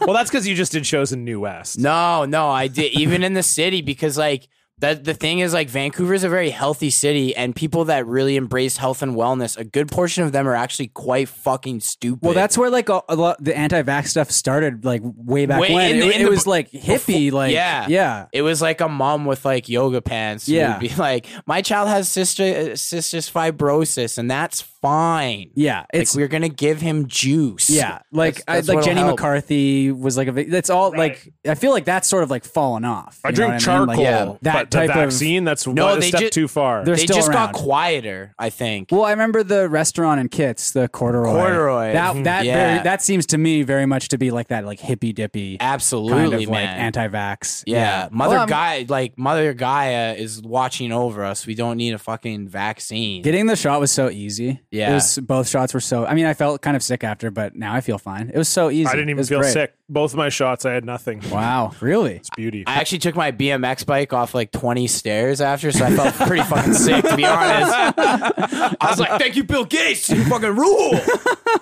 A: Well, that's because you just did shows in New West.
C: No, no, I did even in the city because like that the thing is like Vancouver's a very healthy city and people that really embrace health and wellness, a good portion of them are actually quite fucking stupid.
B: Well, that's where like a, a lot the anti-vax stuff started, like way back
C: Way
B: when.
C: in the-
B: it,
C: in
B: it
C: the
B: was
C: b-
B: like hippie, like
C: yeah.
B: yeah,
C: it was like a mom with like yoga pants.
B: Yeah.
C: Yeah, would be like, my child has sister sister's fibrosis, and that's fine.
B: yeah.
C: Like
B: It's
C: we're gonna give him juice.
B: yeah, like
C: That's- that's
B: I, like
C: what'll
B: Jenny
C: help.
B: McCarthy was like a. vi- That's all.
A: Right.
B: Like I feel like that's sort of like fallen off.
A: I
B: You know
A: drink
B: what I
A: charcoal,
B: mean? Like,
C: Yeah.
A: but
B: that that
A: the
B: type of-
A: vaccine. That's
C: No,
A: one
C: they
A: step
C: ju-
A: too far.
B: They're
C: they
B: still
C: just
B: around.
C: got quieter. I think.
B: Well, I remember the restaurant in Kits, the corduroy.
C: Corduroy. Hmm,
B: That that
C: Yeah.
B: very, that seems to me very much to be like that like hippy dippy kind
C: Absolutely,
B: of like
C: man.
B: anti-vax.
C: yeah. Mother
B: Well, I'm-
C: Gaia, like Mother Gaia, is watching over us. We don't need a fucking vaccine.
B: Getting the shot was so easy.
C: Yeah.
B: It was, both shots were so. I mean, I felt kind of sick after, but now I feel fine. It was so easy.
A: I didn't
B: It
A: even
B: was
A: feel
B: great.
A: sick. Both of my shots, I had nothing.
B: Wow, really?
A: It's beauty.
C: I actually took my BMX bike off like 20 stairs after, so I felt pretty fucking sick, to be honest. I was like, thank you, Bill Gates. You fucking rule.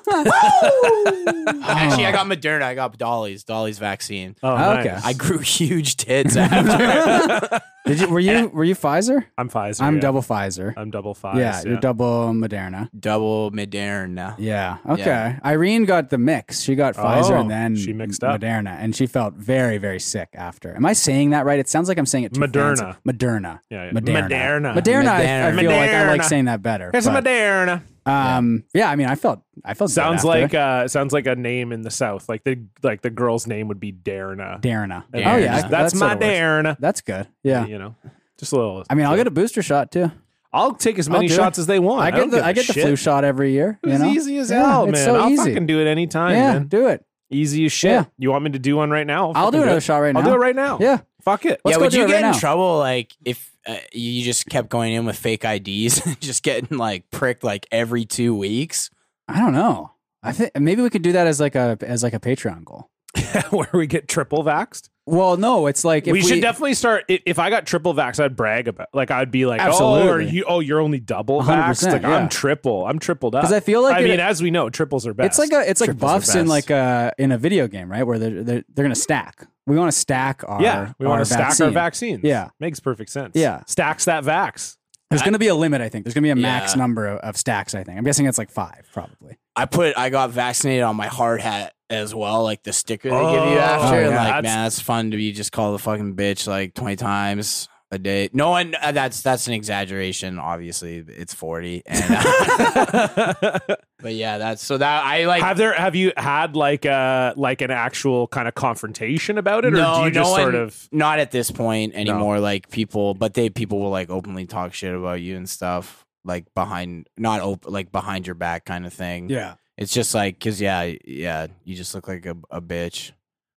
C: Woo! Actually, I got Moderna. I got Dolly's, Dolly's vaccine.
A: oh,
B: okay.
A: nice.
C: I grew huge tits after.
B: Did you were you were you Pfizer?
A: I'm Pfizer.
B: I'm
A: yeah.
B: double Pfizer.
A: I'm double five.
B: yeah, you're double Moderna.
C: Double Moderna.
B: Yeah. Okay. Irene got the mix. She got Pfizer and then
A: Oh, she mixed up.
B: Moderna, and she felt very, very sick after. Am I saying that right? It sounds like I'm saying it too
A: Moderna.
B: fancy. Moderna.
A: Yeah, yeah.
B: Moderna.
A: Moderna.
B: Moderna. I, I
C: Moderna.
B: feel like I like
A: Moderna.
B: saying that better.
A: Here's
B: but,
A: Moderna.
B: um, yeah. I mean, I felt I felt good
A: Sounds
B: after.
A: like uh, sounds like a name in the South. Like the like the girl's name would be Darna.
B: Darna.
C: Darna.
B: Oh yeah,
A: Just, that's,
B: that
A: my
B: sorta works.
A: Darna.
B: That's good. Yeah.
A: You know, just a little.
B: I mean, I'll get a booster shot too.
A: I'll take as
B: I'll
A: many
B: do it.
A: shots as they want.
B: I
A: don't
B: get the
A: give
B: I
A: a
B: get the
A: shit.
B: flu shot every year. You
A: It's
B: know,
A: easy as
B: Yeah,
A: hell,
B: it's
A: man.
B: so
A: I'll
B: easy.
A: fucking do it anytime,
B: yeah,
A: man.
B: do it.
A: Easy as shit.
B: Yeah.
A: You want me to do one right now?
B: I'll do
A: fucking
B: another shot right
A: I'll
B: now.
A: do it right now.
B: Yeah.
A: Fuck it.
B: Let's
C: yeah,
B: go
C: would
B: do
C: you
B: it
C: get
B: right
C: in
B: now.
C: trouble like if uh, you just kept going in with fake IDs, just getting like pricked like every two weeks?
B: I don't know. I think maybe we could do that as like a as like a Patreon goal.
A: Where we get triple vaxxed.
B: Well, no, it's like if
A: we,
B: we,
A: should definitely start. i- If I got triple vax, I'd brag about. Like I'd be like, oh, are
B: Absolutely.
A: you? Oh, you're only double vax.
B: 100%,
A: Like
B: yeah.
A: I'm triple. I'm tripled up.
B: 'Cause I feel like
A: I
B: it-
A: mean, uh, as we know, triples are best.
B: It's like a it's like
C: Triples are
B: buffs in
C: best.
B: like a in a video game, right? Where they're they're, they're gonna stack. We want to stack our
A: yeah. We want to stack our vaccines.
B: Yeah.
A: makes perfect sense.
B: Yeah.
A: stacks that vax.
B: There's gonna be a limit, I think. There's gonna be a max
C: Yeah.
B: number of, of stacks. I think. I'm guessing it's like five, probably.
C: I put I got vaccinated on my hard hat as well, like the sticker they give
A: Oh,
C: you after.
B: yeah.
C: and like,
A: That's-
C: man, that's fun to be just called a fucking bitch like twenty times a day. No one uh, that's that's an exaggeration, obviously. It's forty. And, but yeah, that's so that I like
A: have there? Have you had like a like an actual kind of confrontation about it, or do you just
C: no
A: sort
C: one-
A: of?
C: not at this point anymore. Like people, but they people will like openly talk shit about you and stuff, like behind not open, like behind your back kind of thing.
B: Yeah.
C: it's just like because yeah, yeah, you just look like a, a bitch.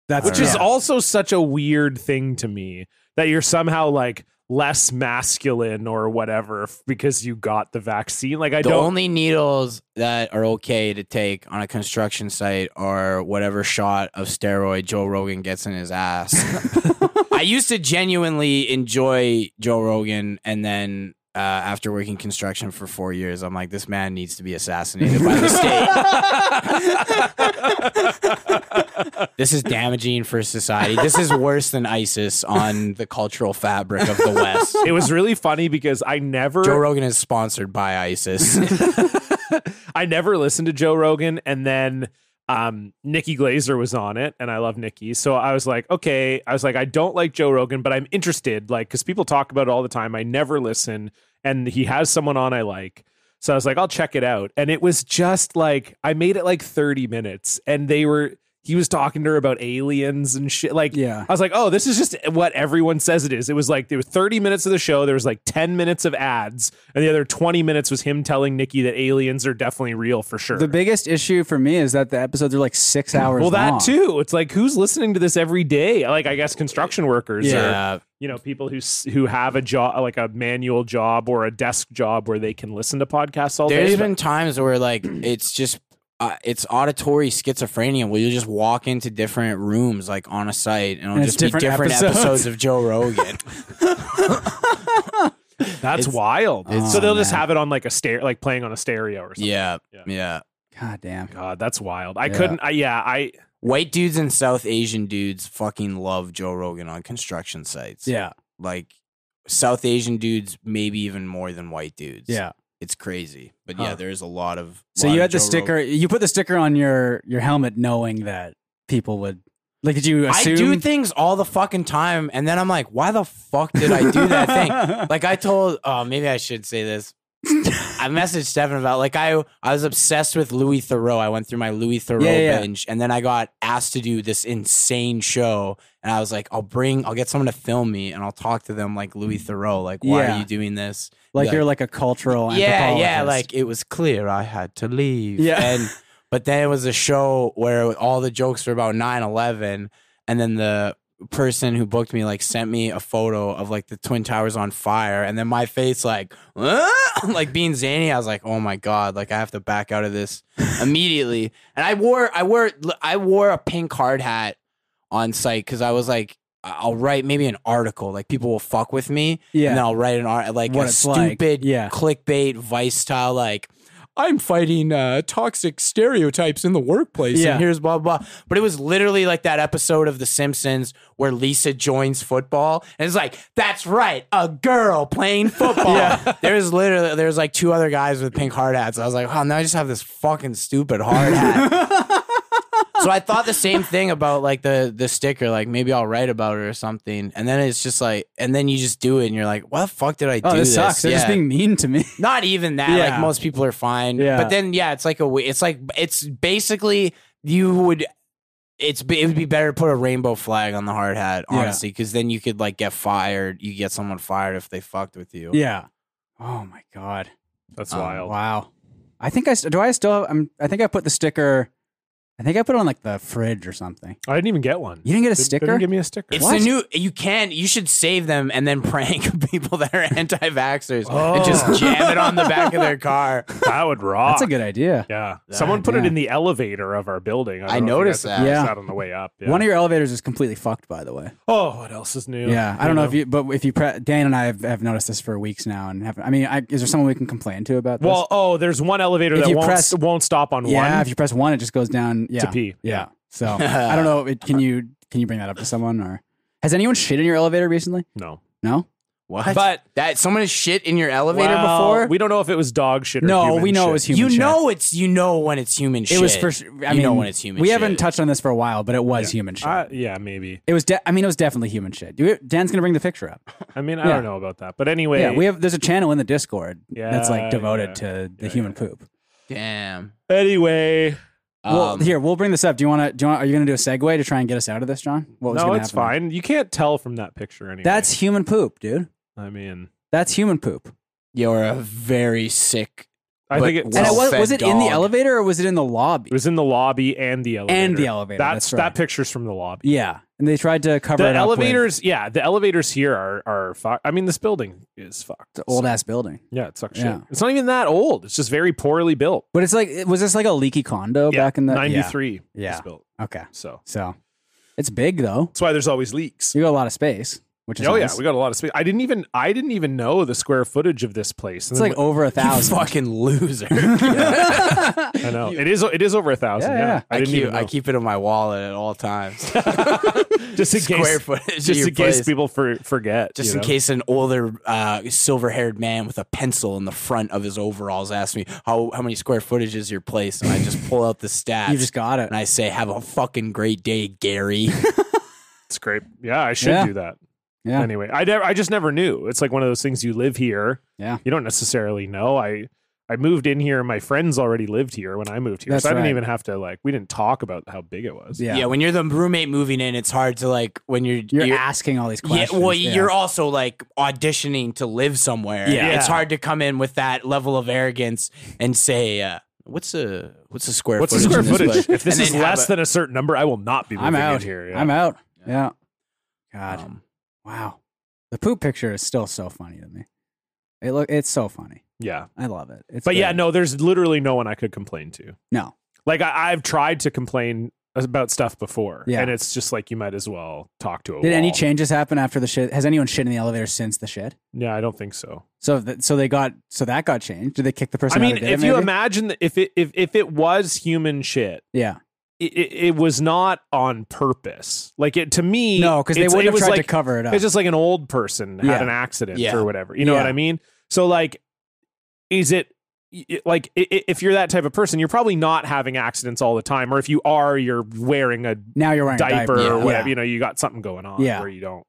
B: That's
A: Which
C: don't
A: is
C: know.
A: also such a weird thing to me that you're somehow like less masculine or whatever f- because you got the vaccine. Like I
C: the
A: don't.
C: only needles that are okay to take on a construction site are whatever shot of steroid Joe Rogan gets in his ass. I used to genuinely enjoy Joe Rogan, and then uh, after working construction for four years, I'm like, this man needs to be assassinated by the state. this is damaging for society. This is worse than ISIS on the cultural fabric of the West.
A: it was really funny because I never
C: Joe Rogan is sponsored by ISIS.
A: I never listened to Joe Rogan, and then um, Nikki Glazer was on it, and I love Nikki, so I was like, okay, I was like, I don't like Joe Rogan, but I'm interested, like, because people talk about it all the time. I never listen, and he has someone on I like. So I was like, I'll check it out. And it was just like, I made it like 30 minutes and they were, he was talking to her about aliens and shit. Like,
B: Yeah.
A: I was like, oh, this is just what everyone says it is. It was like, there were 30 minutes of the show. There was like 10 minutes of ads. And the other 20 minutes was him telling Nikki that aliens are definitely real for sure.
B: The biggest issue for me is that the episodes are like six hours.
A: well, that
B: long.
A: too. It's like, who's listening to this every day? Like, I guess construction workers or
C: Uh,
A: you know people who s- who have a job like a manual job or a desk job where they can listen to podcasts all
C: There's
A: day
C: been times where like it's just uh, it's auditory schizophrenia where you just walk into different rooms like on a site and it'll
B: And it's
C: just be
B: different
C: different
B: episodes.
C: episodes. of Joe Rogan.
A: that's
C: it's-
A: wild
C: it's-
A: so they'll just
B: Oh, man.
A: have it on like a stereo like playing on a stereo or something
C: yeah,
A: Yeah.
C: yeah,
B: God damn.
A: god that's wild i
B: Yeah.
A: couldn't I, yeah i
C: White dudes and South Asian dudes fucking love Joe Rogan on construction sites.
B: Yeah.
C: like South Asian dudes, maybe even more than white dudes.
B: Yeah.
C: it's crazy. But
B: Huh.
C: yeah, there's a lot of.
B: So
C: lot
B: you
C: of
B: had the
C: Joe
B: sticker.
C: Rogan.
B: You put the sticker on your your helmet, knowing that people would like. Did you assume?
C: I do things all the fucking time, and then I'm like, why the fuck did I do that thing? like I told, oh, maybe I should say this. I messaged Stefan about like I I was obsessed with Louis Thoreau. I went through my Louis Thoreau
B: Yeah, yeah.
C: binge, and then I got asked to do this insane show, and I was like, I'll bring, I'll get someone to film me, and I'll talk to them like Louis Thoreau, like why
B: Mm. Yeah.
C: are you doing this?
B: Like
C: Yeah.
B: you're like a cultural
C: Yeah, yeah,
B: anthropologist.
C: like it was clear I had to leave.
B: Yeah.
C: and but then it was a show where all the jokes were about 9-11, and then the person who booked me like sent me a photo of like the twin towers on fire and then my face like like being zany i was like oh my god like i have to back out of this immediately and i wore i wore i wore a pink hard hat on site because i was like i'll write maybe an article like people will fuck with me
B: Yeah.
C: and then i'll write an art like
B: What
C: a
B: it's like.
C: stupid
B: Yeah.
C: clickbait vice style like I'm fighting uh, toxic stereotypes in the workplace,
B: Yeah.
C: and here's blah blah. blah. But it was literally like that episode of The Simpsons where Lisa joins football, and it's like, "That's right, a girl playing football." There was literally there's like two other guys with pink hard hats. I was like, "Oh, now I just have this fucking stupid hard hat." so I thought the same thing about like the the sticker, like maybe I'll write about it or something. And then it's just like, and then you just do it, and you're like, "What the fuck did I do?"
B: Oh, this sucks. They're just
C: Yeah.
B: being mean to me.
C: Not even that.
B: Yeah.
C: Like most people are fine.
B: Yeah.
C: But then yeah, it's like a wa- it's like it's basically you would it's be- it would be better to put a rainbow flag on the hard hat
B: Yeah.
C: honestly because then you could like get fired. You get someone fired if they fucked with you.
B: yeah. Oh my god.
A: That's
C: Um,
A: wild.
B: Oh, Wow. I think I s- do. I still. Have, I'm. I think I put the sticker. I think I put it on like the fridge or something.
A: I didn't even get one.
B: You didn't get a
A: They- they
B: sticker.
A: didn't give me a sticker.
C: It's
B: What?
C: the new. You can. You should save them and then prank people that are anti-vaxxers and
A: Oh.
C: just jam it on the back of their car.
A: that would rock.
B: That's a good idea.
A: Yeah.
C: That-
A: Someone put it
B: yeah.
A: in the elevator of our building.
C: I
A: don't know if you
C: noticed
A: guys
C: that.
A: noticed
B: Yeah.
A: that on the way up. Yeah.
B: One of your elevators is completely fucked, by the way.
A: oh, what else is new?
B: Yeah, I don't know, if you, but if you, pre- Dan and I have, have noticed this for weeks now, and have, I mean, I, is there someone we can complain to about this?
A: Well, oh, there's one elevator
B: If
A: that
B: you
A: won't
B: press-
A: won't stop on
B: yeah,
A: one.
B: if you press one, it just goes down. Yeah,
A: pee.
B: Yeah. So I don't know. It, can you can you bring that up to someone or has anyone shit in your elevator recently?
A: no.
B: No.
C: What?
A: But-
C: that someone has shit in your elevator
A: Well,
C: before.
A: We don't know if it was dog shit. Or
B: No,
A: human
B: we know
A: shit.
B: it was human.
C: you
B: shit.
C: know it's you know when it's human
B: it
C: shit.
B: was for. su- I
C: You
B: mean,
C: know when it's human
B: We
C: shit.
B: haven't touched on this for a while, but it was human shit.
A: Uh, yeah, maybe.
B: it was. De- I mean, it was definitely human shit. Do we, Dan's gonna bring the picture up.
A: I mean, I
B: Yeah.
A: don't know about that, but anyway,
B: Yeah, we have. There's a channel in the Discord that's
A: Yeah,
B: like devoted
A: yeah.
B: to the
A: Yeah,
B: human poop.
C: damn.
A: anyway.
B: well,
C: Um,
B: here we'll bring this up. Do you want to? Do you want? Are you going to do a segue to try and get us out of this, John? What was
A: No,
B: gonna
A: it's
B: happen?
A: fine. You can't tell from that picture anyway.
B: That's human poop, dude.
A: I mean,
B: That's human poop.
C: You're a very sick.
A: I
C: But
A: think it,
C: And
B: and it was,
C: Well-fed
B: was it in the
C: dog.
B: elevator or was it in the lobby?
A: it was in the lobby and the elevator.
B: And the elevator.
A: That's,
B: That's, right.
A: that picture's from the lobby.
B: Yeah, and they tried to cover
A: The
B: it up
A: elevators, yeah, the elevators here are are fucked. I mean, this building is fucked.
B: with the old ass building.
A: Yeah, it sucks
B: Yeah.
A: shit. It's not even that old. It's just very poorly built.
B: But it's like, it- was this like a leaky condo
A: Yeah,
B: back in the
A: ninety three.
B: Yeah.
A: was built.
B: Yeah. Okay,
A: So
B: so it's big though.
A: that's why there's always leaks.
B: You got a lot of space, which is
A: Oh yeah,
B: nice.
A: we got a lot of space. I didn't even I didn't even know the square footage of this place. And
B: it's
A: then
B: like over a thousand.
C: fucking loser.
A: I know it is. It is over a thousand.
B: Yeah,
A: Yeah,
B: yeah.
A: I
C: I,
A: didn't
C: keep,
A: even know.
C: I keep it in my wallet at all times.
A: just in
C: Square
A: case,
C: footage. of
A: just
C: your
A: in case
C: place.
A: people for, forget.
C: Just
A: you
C: in
A: know?
C: case an older, uh, silver-haired man with a pencil in the front of his overalls asks me how how many square footage is your place, and I just pull out the stats.
B: You just got it.
C: and I say, "Have a fucking great day, Gary."
A: It's great. Yeah, I should
B: Yeah.
A: do that.
B: Yeah.
A: Anyway, I never. I just never knew. It's like one of those things. You live here.
B: Yeah.
A: You don't necessarily know. I I moved in here. My friends already lived here when I moved here,
B: That's
A: so I didn't
B: right.
A: even have to like. We didn't talk about how big it was.
B: Yeah.
C: yeah. when you're the roommate moving in, it's hard to like when you're
B: You're, asking all these
C: Yeah,
B: questions.
C: well, you're also like auditioning to live somewhere.
B: Yeah.
C: it's hard to come in with that level of arrogance and say, uh, "What's a what's a square
A: What's the
C: footage
A: square
C: in this
A: footage?
C: place?
A: If this
C: And
A: is
C: then have
A: less
C: a-
A: than a certain number, I will not be. Moving
B: I'm
A: in
B: out
A: here. Yeah.
B: I'm out. Yeah. God.
C: um,
B: wow. The poop picture is still so funny to me. It look it's so funny.
A: Yeah.
B: I love it. It's
A: But yeah,
B: great.
A: no. There's literally no one I could complain to.
B: No.
A: Like I, I've tried to complain about stuff before,
B: Yeah.
A: and it's just like you might as well talk to a.
B: Did any
A: wall.
B: changes happen after the shit? Has anyone shit in the elevator since the shit?
A: Yeah, I don't think so.
B: So th- so they got so that got changed. Did they kick the
A: I
B: person? out
A: mean,
B: who did it,
A: if you
B: maybe?
A: imagine that if it if if it was human shit,
B: yeah,
A: it, it, it was not on purpose. Like it to me,
B: no, because they
A: it's-
B: would
A: it
B: have
A: was
B: tried to
A: like,
B: cover it up.
A: It's just like an old person had
B: Yeah.
A: an accident
C: Yeah.
A: or whatever. You know what
B: Yeah.
A: I mean? So like, is it? it- Like i- i- if you're that type of person, you're probably not having accidents all the time, or if you are, you're wearing a
B: now you're wearing a
A: diaper
B: diaper
A: or
B: Yeah.
A: whatever. You know, you got something going on
B: Yeah.
A: where you don't.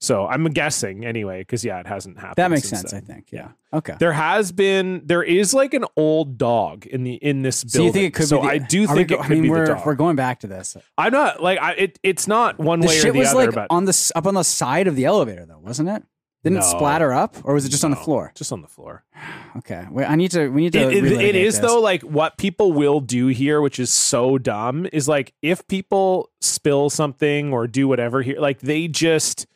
A: So I'm guessing anyway, because yeah, it hasn't happened.
B: That makes
A: since
B: sense,
A: then.
B: I think. Yeah. Okay.
A: There has been, there is like an old dog in the in this
B: So
A: building.
B: you think it could
A: So
B: be? the-
A: I do
B: are we
A: think
B: go-
A: it could
B: I mean,
A: be
B: we're
A: the dog.
B: we're going back to this.
A: I'm not like I, it. It's not one
B: The
A: way
B: shit
A: or the
B: was
A: other.
B: like
A: but
B: on the s- up on the side of the elevator though, wasn't it? Didn't
A: No.
B: it splatter up, or was it just on the
A: No,
B: floor?
A: just on the floor.
B: Okay, Wait, I need to. We need to.
A: It- it- it
B: relitigate
A: is
B: this.
A: though like what people will do here which is so dumb is like if people spill something or do whatever here like they just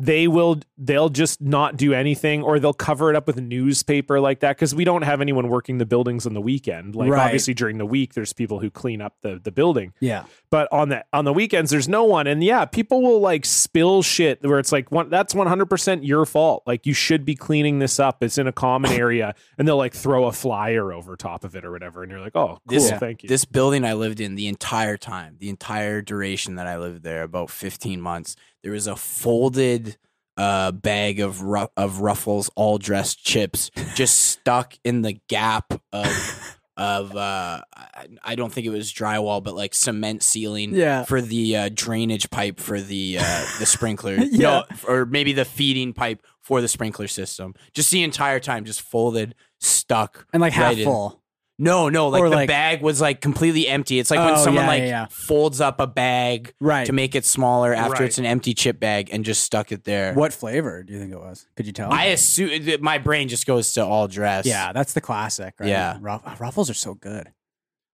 A: they will they'll just not do anything or they'll cover it up with a newspaper like that because we don't have anyone working the buildings on the weekend like
B: Right.
A: obviously during the week there's people who clean up the the building
B: Yeah.
A: but on the on the weekends there's no one and yeah people will like spill shit where it's like one, that's 100% your fault like you should be cleaning this up it's in a common area and they'll like throw a flyer over top of it or whatever and you're like oh cool
C: This-
A: thank you
C: This building I lived in the entire time, the entire duration that I lived there, about 15 months, there was a folded uh, bag of ru- of Ruffles all dressed chips just stuck in the gap of of uh, I- I don't think it was drywall, but like cement ceiling
B: Yeah.
C: for the uh, drainage pipe for the uh, the sprinkler,
B: Yeah.
C: no, or maybe the feeding pipe for the sprinkler system. Just the entire time, just folded, stuck,
B: And like half
C: right in.
B: full.
C: No, no, like
B: Or,
C: the
B: like-
C: bag was like completely empty. It's like when
B: Oh,
C: someone
B: yeah,
C: like
B: yeah, yeah.
C: folds up a bag
B: Right.
C: to make it smaller after
A: Right.
C: it's an empty chip bag and just stuck it there.
B: What flavor do you think it was? Could you tell?
C: I assume that my brain just goes to all dress.
B: yeah, that's the classic. Right?
C: Yeah.
B: Ruff- ah, ruffles are so good.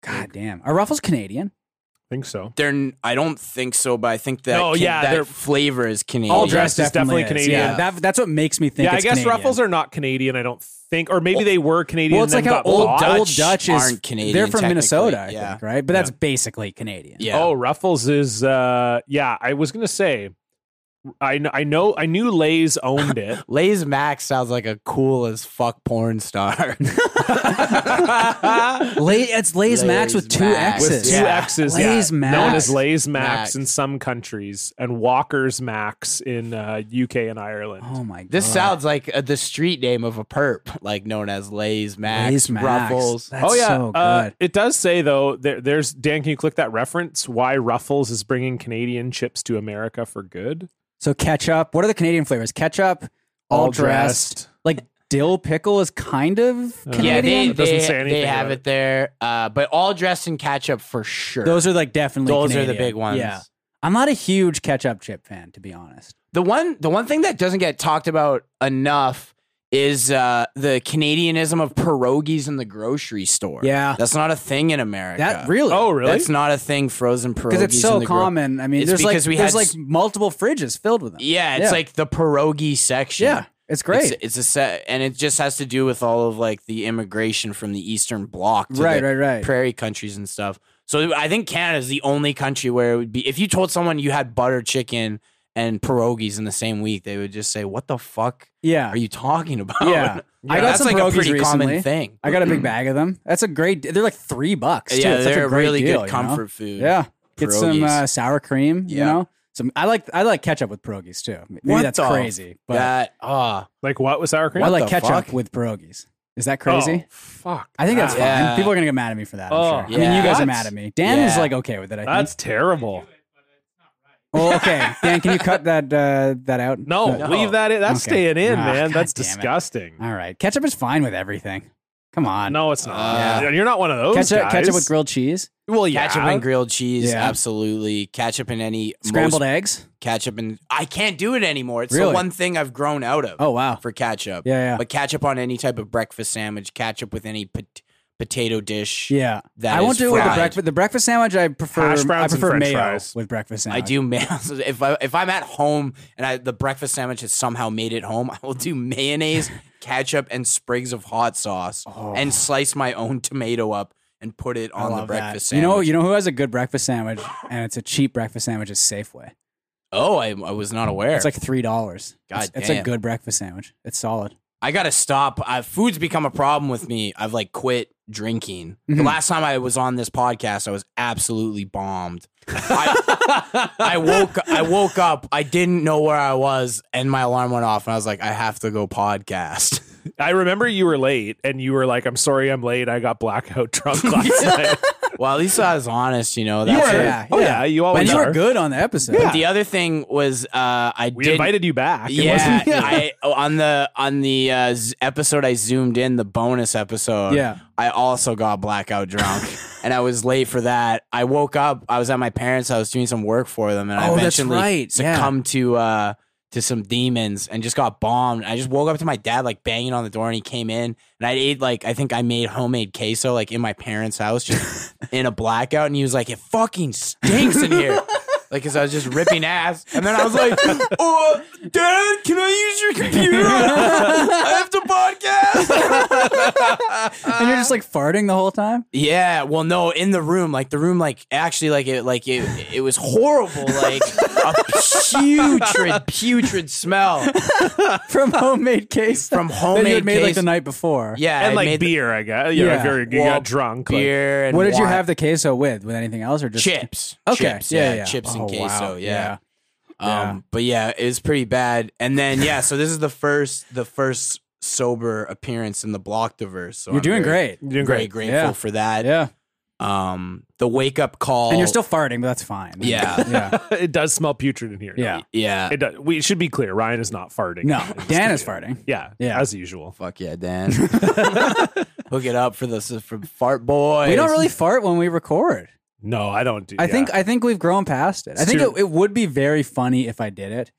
B: God damn, are ruffles Canadian?
A: i think so
C: They're n- I don't think so, but I think that
A: No,
B: Oh,
C: can-
A: yeah, they're-
C: that flavor is Canadian.
A: All dress is
B: definitely
A: definitely Canadian.
B: Yeah, that, that's what makes me think.
A: yeah i
B: it's
A: guess
B: Canadian.
A: ruffles are not canadian i don't think or maybe they were canadian
B: Well, it's
A: and
B: like
A: then
B: how
A: got
B: old
A: bought.
C: Dutch
B: old Dutch is.
C: aren't Canadian,
B: They're from
C: technically.
B: Minnesota, I
C: Yeah.
B: think, right? But that's basically Canadian.
C: Yeah.
A: Oh, Ruffles is uh yeah, I was going to say I kn- I know I knew Lay's owned it.
C: Lay's Max sounds like a cool as fuck porn star.
B: Lay, it's Lay's,
C: Lay's
B: Max with two
C: Max.
B: X's.
A: with two
C: Yeah.
A: X's,
B: Lay's
A: yeah,
B: Max.
A: known as Lay's Max,
C: Max.
A: in some countries, and Walker's Max in uh, UK and Ireland.
B: Oh my god!
C: this sounds like uh, the street name of a perp, like known as Lay's Max,
B: Lay's Max.
C: Ruffles.
B: That's
A: oh yeah,
B: so
A: uh,
B: good.
A: it does say though. There, there's Dan. Can you click that reference? Why Ruffles is bringing Canadian chips to America for good?
B: So ketchup. What are the Canadian flavors? Ketchup, all,
A: All
B: dressed.
A: dressed.
B: Like dill pickle is kind of Canadian.
C: Yeah, they,
A: It doesn't
C: they,
A: say anything
C: they have
A: about
C: it there. Uh, but all dressed in ketchup for sure.
B: Those are like definitely
C: Those are the
B: Canadian.
C: big ones.
B: Yeah, I'm not a huge ketchup chip fan to be honest.
C: The one the one thing that doesn't get talked about enough is uh, the Canadianism of pierogies in the grocery store.
B: Yeah.
C: That's not a thing in America.
B: That really
A: Oh really?
C: That's not a thing frozen pierogies.
B: because it's
C: in
B: so
C: the gro-
B: common. I mean,
C: It's
B: there's like
C: because we
B: there's
C: had
B: like
C: s-
B: multiple fridges filled with them.
C: yeah, it's
B: Yeah.
C: like the pierogi section.
B: Yeah, it's great.
C: It's, it's a set, and it just has to do with all of like the immigration from the Eastern Bloc, to
B: right,
C: the
B: right, right.
C: prairie countries and stuff. So I think Canada is the only country where it would be if you told someone you had butter chicken and pierogies in the same week, they would just say, "What the fuck
B: yeah,
C: are you talking about?"
B: Yeah. I got
C: that's
B: some
C: like a
B: pierogies
C: pretty
B: recently.
C: common thing.
B: I got a big bag of them. That's a great. They're like three bucks. Too.
C: yeah,
B: It's such
C: they're
B: a great
C: really
B: deal,
C: good
B: you know?
C: comfort food.
B: Yeah, get some
C: Pierogies.
B: uh, sour cream. You
C: Yeah.
B: know, some. I like I like ketchup with pierogies too. Maybe
C: What
B: that's
C: the
B: crazy, but
C: that ah,
A: like what was sour cream?
B: I
C: What
B: like
C: the
B: ketchup
C: fuck?
B: with pierogies. Is that crazy?
A: Oh, fuck.
B: I think that's
A: that.
B: fine.
C: Yeah.
B: People are gonna get mad at me for that. I'm
A: Ah. Oh,
B: sure. I mean, you
C: yeah.
B: guys are
A: What?
B: mad at me. Dan is
C: Yeah.
B: like okay with it. I think.
A: That's terrible.
B: Oh, okay. Dan, can you cut that uh, that out?
A: No,
C: No.
A: leave that in. That's
B: Okay.
A: staying in,
B: Ah,
A: man.
B: God
A: That's
B: damn it. Ah.
A: disgusting.
B: All right. Ketchup is fine with everything. Come on.
A: No, it's not.
C: Uh,
A: You're not one of those
B: ketchup,
A: guys.
B: ketchup with grilled cheese,
A: well, yeah.
C: ketchup and grilled cheese,
B: Yeah.
C: absolutely. Ketchup and any
B: scrambled
C: most,
B: eggs.
C: ketchup and I can't do it anymore. It's
B: Really?
C: the one thing I've grown out of.
B: Oh wow.
C: for ketchup.
B: Yeah, yeah.
C: But ketchup on any type of breakfast sandwich, ketchup with any pot- potato dish.
B: Yeah.
C: that
B: I won't
C: is
B: do it with
C: fried.
B: the breakfast. The breakfast sandwich I prefer.
A: Hash browns
B: I
A: and
B: prefer
A: french
B: mayo
A: fries.
B: with breakfast
C: I
B: sandwich.
C: do mayo. If I if I'm at home and I, the breakfast sandwich has somehow made it home, I will do mayonnaise, ketchup, and sprigs of hot sauce, and slice my own tomato up and put it
B: Oh. I
C: on the
B: love that.
C: breakfast
B: You
C: sandwich.
B: know, you know who has a good breakfast sandwich, and it's a cheap breakfast sandwich. Is Safeway.
C: oh, I, I was not aware.
B: It's like three dollars.
C: God
B: it's, it's a
C: damn.
B: good breakfast sandwich. It's solid.
C: I gotta stop. I, food's become a problem with me. I've like quit drinking. The
B: Mhm.
C: last time I was on this podcast, I was absolutely bombed. I, I woke. I woke up. I didn't know where I was, and my alarm went off, and I was like, I have to go podcast.
A: I remember you were late and you were like, I'm sorry I'm late. I got blackout drunk last night.
C: well, at least I was honest, you know. That's
B: were.
C: it.
B: Yeah,
A: oh
B: yeah.
A: yeah, you always
B: and you
A: are.
B: were good on the episode.
A: Yeah.
C: The other thing was uh, I
A: We
C: did
A: invited you back. It
C: Yeah,
A: wasn't-
C: I oh, on the on the uh, z- episode I zoomed in the bonus episode.
B: Yeah.
C: I also got blackout drunk, and I was late for that. I woke up. I was at my parents' house doing some work for them, and I
B: Oh, that's
C: eventually
B: right, yeah.
C: succumbed to uh, to some demons and just got bombed. I just woke up to my dad like banging on the door, and he came in, and I ate like I think I made homemade queso like in my parents' house, just in a blackout, and he was like, "It fucking stinks in here." Like, cause I was just ripping ass, and then I was like, "Oh, Dad, can I use your computer? I have to podcast."
B: and you're just like farting the whole time.
C: Yeah, well, no, in the room, like the room, like actually, like it, like it, it was horrible, like a putrid, putrid smell
B: from homemade case
C: from
B: that you
C: homemade
B: had made like
C: queso.
B: the night before.
C: Yeah,
A: and
C: I
A: like
C: made the
A: beer, I guess. You know, if
B: Yeah.
A: you're, you
C: Well,
A: got drunk, like-
C: beer. and
B: What did you
C: wine.
B: have the queso with? With anything else or just
C: Chips.
B: Okay.
C: Chips,
B: yeah, yeah,
C: Chips
B: Oh,
C: and queso.
B: wow.
C: yeah.
B: Yeah.
C: Um, but yeah, it was pretty bad. And then yeah, so this is the first the first sober appearance in the block diverse. So
B: You're
C: I'm
B: doing
C: very,
B: great.
A: You're doing
C: Very
A: great.
C: grateful
B: Yeah.
C: for that.
B: Yeah.
C: Um, the wake up call,
B: And you're still farting, but that's fine.
C: Yeah.
B: Yeah.
A: it does smell putrid in here.
B: Yeah.
C: yeah.
A: It does. We it should be clear. Ryan is not farting.
B: No,
A: in the
B: Dan is
A: studio.
B: farting.
A: Yeah,
B: Yeah.
A: as usual.
C: Fuck yeah, Dan. Hook it up for the for fart boy.
B: We don't really fart when we record.
A: No, I don't do.
B: I
A: yeah.
B: think I think we've grown past it. I
A: It's
B: think
A: true.
B: it, it would be very funny if I did it.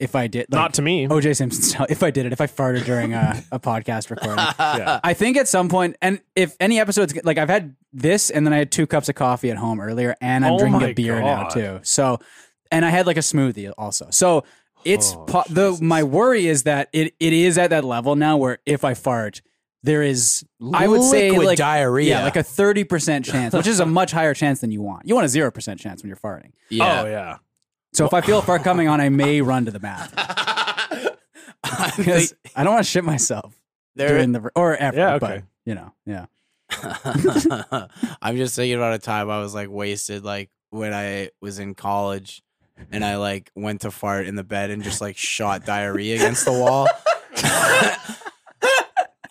B: If I did, like, oh,
A: not to me.
B: OJ Simpson style. If I did it, if I farted during a, a podcast recording,
A: Yeah. Oh,
B: I think at some point, and if any episodes, like I've had this, and then I had two cups of coffee at home earlier, and I'm
A: Oh
B: drinking
A: my
B: a beer
A: God.
B: now too. So, and I had like a smoothie also. So it's
A: Oh,
B: po- the my worry is that it it is at that level now where if I fart, there is I would say
C: Liquid
B: like
C: diarrhea.
B: yeah, like a thirty percent chance, which is a much higher chance than you want. You want a zero percent chance when you're farting.
A: Oh yeah.
B: So if I feel a fart coming on, I may run to the bathroom
C: I think
B: because I don't want to shit myself
C: there,
B: during the or ever.
A: Yeah, okay.
B: But you know, yeah.
C: I'm just thinking about a time I was like wasted, like when I was in college, and I like went to fart in the bed and just like shot diarrhea against the wall,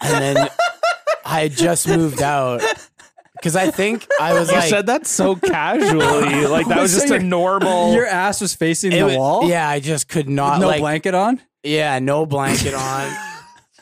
C: and then I had just moved out because I think I was
A: You
C: like
A: said that so casually, like that was
B: So
A: just a
B: your-
A: normal.
B: Your ass was facing
C: it
B: the
C: wa-
B: wall.
C: Yeah, I just could not
B: With no
C: like
B: blanket on.
C: Yeah, no blanket on.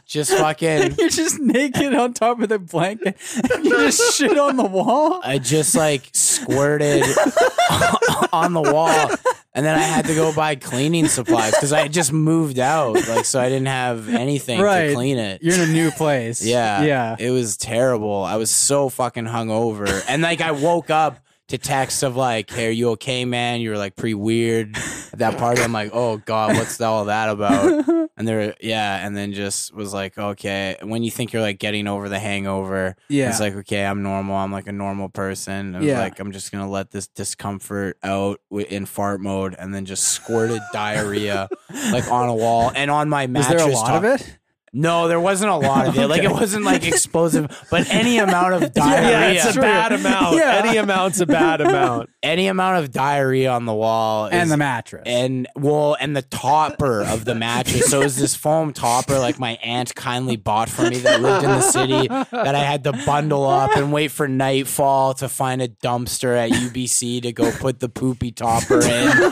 C: just fucking.
B: You're just naked on top of the blanket. you just shit on the wall.
C: I just like squirted on the wall, and then I had to go buy cleaning supplies because I had just moved out, like so I didn't have anything
B: Right.
C: to clean it.
B: You're in a new place.
C: yeah,
B: yeah.
C: It was terrible. I was so fucking hungover, and like I woke up to texts of like, "Hey, are you okay, man?" You were like pretty weird at that party. I'm like, "Oh God, what's all that about?" And there, yeah, and then just was like, "Okay." When you think you're like getting over the hangover,
B: Yeah.
C: it's like, "Okay, I'm normal. I'm like a normal person." I was
B: Yeah.
C: like, "I'm just gonna let this discomfort out wi- in fart mode," and then just squirted diarrhea like on a wall and on my
B: Was
C: mattress.
B: there a lot
C: top.
B: of it?
C: No, there wasn't a lot of it. Like it wasn't like explosive, but any amount of diarrhea,
A: yeah, it's a
B: True.
A: bad amount.
B: Yeah.
A: Any amount's a bad amount.
C: any amount of diarrhea on the wall, is-
B: And the mattress.
C: and well, and the topper of the mattress. So it was this foam topper, like my aunt kindly bought for me that lived in the city, that I had to bundle up and wait for nightfall to find a dumpster at UBC to go put the poopy topper in.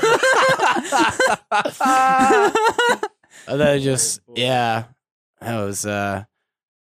C: And then I just yeah, that was uh,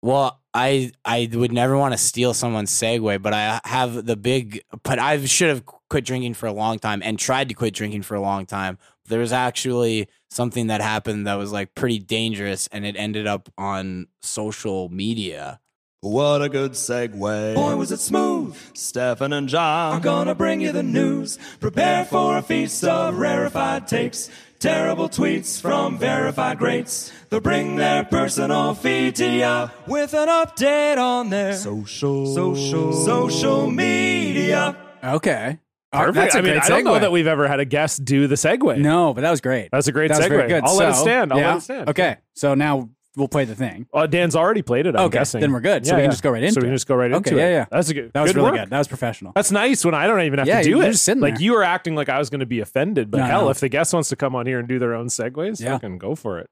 C: well, I I would never want to steal someone's segue, but I have the big, but I should have quit drinking for a long time and tried to quit drinking for a long time. There was actually something that happened that was like pretty dangerous, and it ended up on social media.
E: What a good segue. Boy, was it smooth. Stefan and John are gonna bring you the news. Prepare for a feast of rarefied takes. Terrible tweets from verified greats. They'll bring their personal feed to ya with an update on their social, social, social media.
B: okay.
A: Perfect.
B: That's a
A: I mean,
B: great
A: I don't know
B: segue.
A: that we've ever had a guest do the segue.
B: No, but that was great.
A: That's a great
B: That was very
A: segue.
B: good.
A: I'll let it
B: So,
A: stand. I'll
B: yeah.
A: let it stand.
B: Okay. So now we'll play the thing.
A: Uh, Dan's already played it. I'm
B: Okay,
A: guessing.
B: then we're good. So we can just go right into
A: So we can
B: it.
A: just go right
B: Okay,
A: into it.
B: yeah, yeah.
A: That's a good.
B: That was
A: good
B: really
A: work.
B: good. That was professional.
A: That's nice when I don't even have
B: Yeah,
A: to do
B: you-
A: it.
B: you're just sitting
A: like
B: there.
A: you were acting like I was going to be offended, but
B: No,
A: hell,
B: no.
A: if the guest wants to come on here and do their own segues,
B: Yeah.
A: fucking go for it.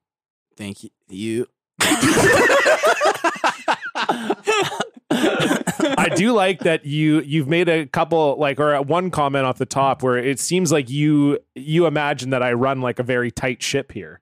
C: Thank you.
A: I do like that you you've made a couple like or one comment off the top where it seems like you you imagine that I run like a very tight ship here.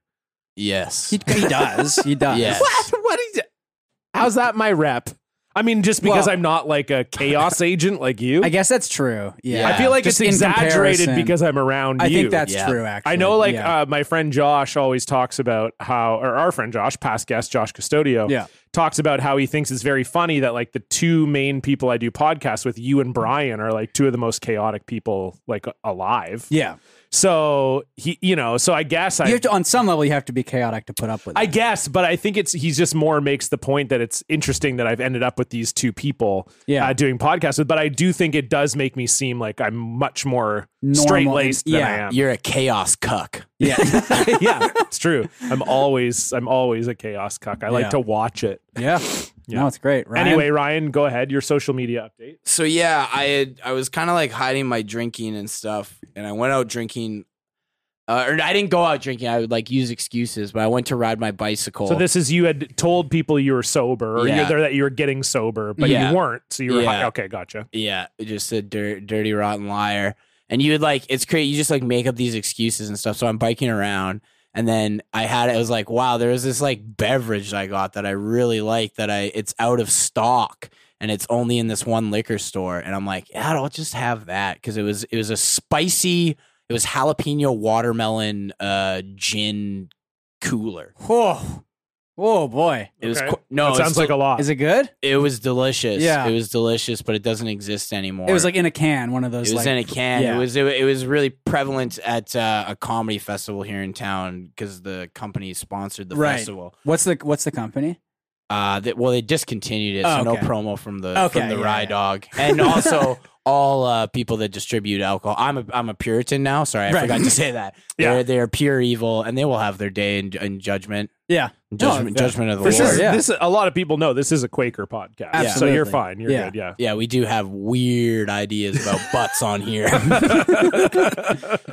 C: Yes.
B: He, uh, he does. He does.
C: Yes.
A: What is it? How's that my rep? I mean, just because
B: Well-
A: I'm not like a chaos agent like you,
B: I
A: I,
B: guess that's true. Yeah.
C: Yeah.
A: feel like it's
B: Just in
A: exaggerated
B: comparison.
A: because I'm around
B: I
A: you.
B: think that's
C: Yeah.
B: true. Actually,
A: I know, like
B: yeah.
A: uh, my friend Josh always talks about how, or our friend Josh, past guest Josh Custodio,
B: Yeah.
A: talks about how he thinks it's very funny that like the two main people I do podcasts with, you and Brian, are like two of the most chaotic people like alive.
B: yeah.
A: So he, you know, so I guess
B: You
A: I,
B: have to, on some level, you have to be chaotic to put up with.
A: I
B: it.
A: guess, but I think it's he's just more makes the point that it's interesting that I've ended up with these two people
B: Yeah.
A: uh, doing podcasts with. But I do think it does make me seem like I'm much more straight laced than I
B: yeah,
A: am.
C: You're a chaos cuck.
B: Yeah.
A: yeah, it's true. I'm always I'm always a chaos cuck. I like
B: Yeah.
A: to watch it.
B: yeah.
A: Yeah.
B: No, it's great. Ryan,
A: Anyway, Ryan, go ahead. Your social media update.
C: So yeah, I had I was kind of like hiding my drinking and stuff, and I went out drinking. Uh, or I didn't go out drinking. I would like use excuses, but I went to ride my bicycle.
A: So this is you had told people you were sober, or
C: Yeah.
A: either that you were getting sober, but
C: Yeah.
A: you weren't. So you were
C: Yeah.
A: hi- okay. Gotcha.
C: Yeah, just a dir- dirty, rotten liar. And you would like, it's crazy. You just like make up these excuses and stuff. So I'm biking around, and then I had it was like, wow, there was this like beverage I got that I really like that I it's out of stock and it's only in this one liquor store. And I'm like, yeah, I'll just have that because it was it was a spicy, it was jalapeno watermelon uh gin cooler.
B: oh, oh boy,
C: It was
A: Okay.
C: qu- no,
A: that
C: it
A: sounds like a lot.
B: is it good?
C: it was delicious.
B: Yeah.
C: it was delicious, but it doesn't exist anymore.
B: It was like in a can, one of those.
C: It was
B: like,
C: in a can.
B: yeah.
C: It was it, it was really prevalent at uh, a comedy festival here in town because the company sponsored the
B: Right.
C: festival.
B: What's the What's the company?
C: Uh, that well, they discontinued it,
B: Oh,
C: so
B: okay.
C: no promo from the
B: Okay,
C: from the
B: yeah,
C: Rye
B: yeah.
C: Dog, and also all uh, people that distribute alcohol. I'm a I'm a Puritan now. Sorry, I
B: Right.
C: forgot to say that.
A: Yeah.
C: They're they're pure evil, and they will have their day in, in judgment.
B: Yeah,
C: Judgment,
B: that-
C: judgment of the
A: This
C: Lord.
A: is
B: yeah.
A: this. A lot of people know this is a Quaker podcast, so
B: Absolutely.
A: you're fine. You're
B: Yeah.
A: good. Yeah.
C: Yeah, we do have weird ideas about butts on here.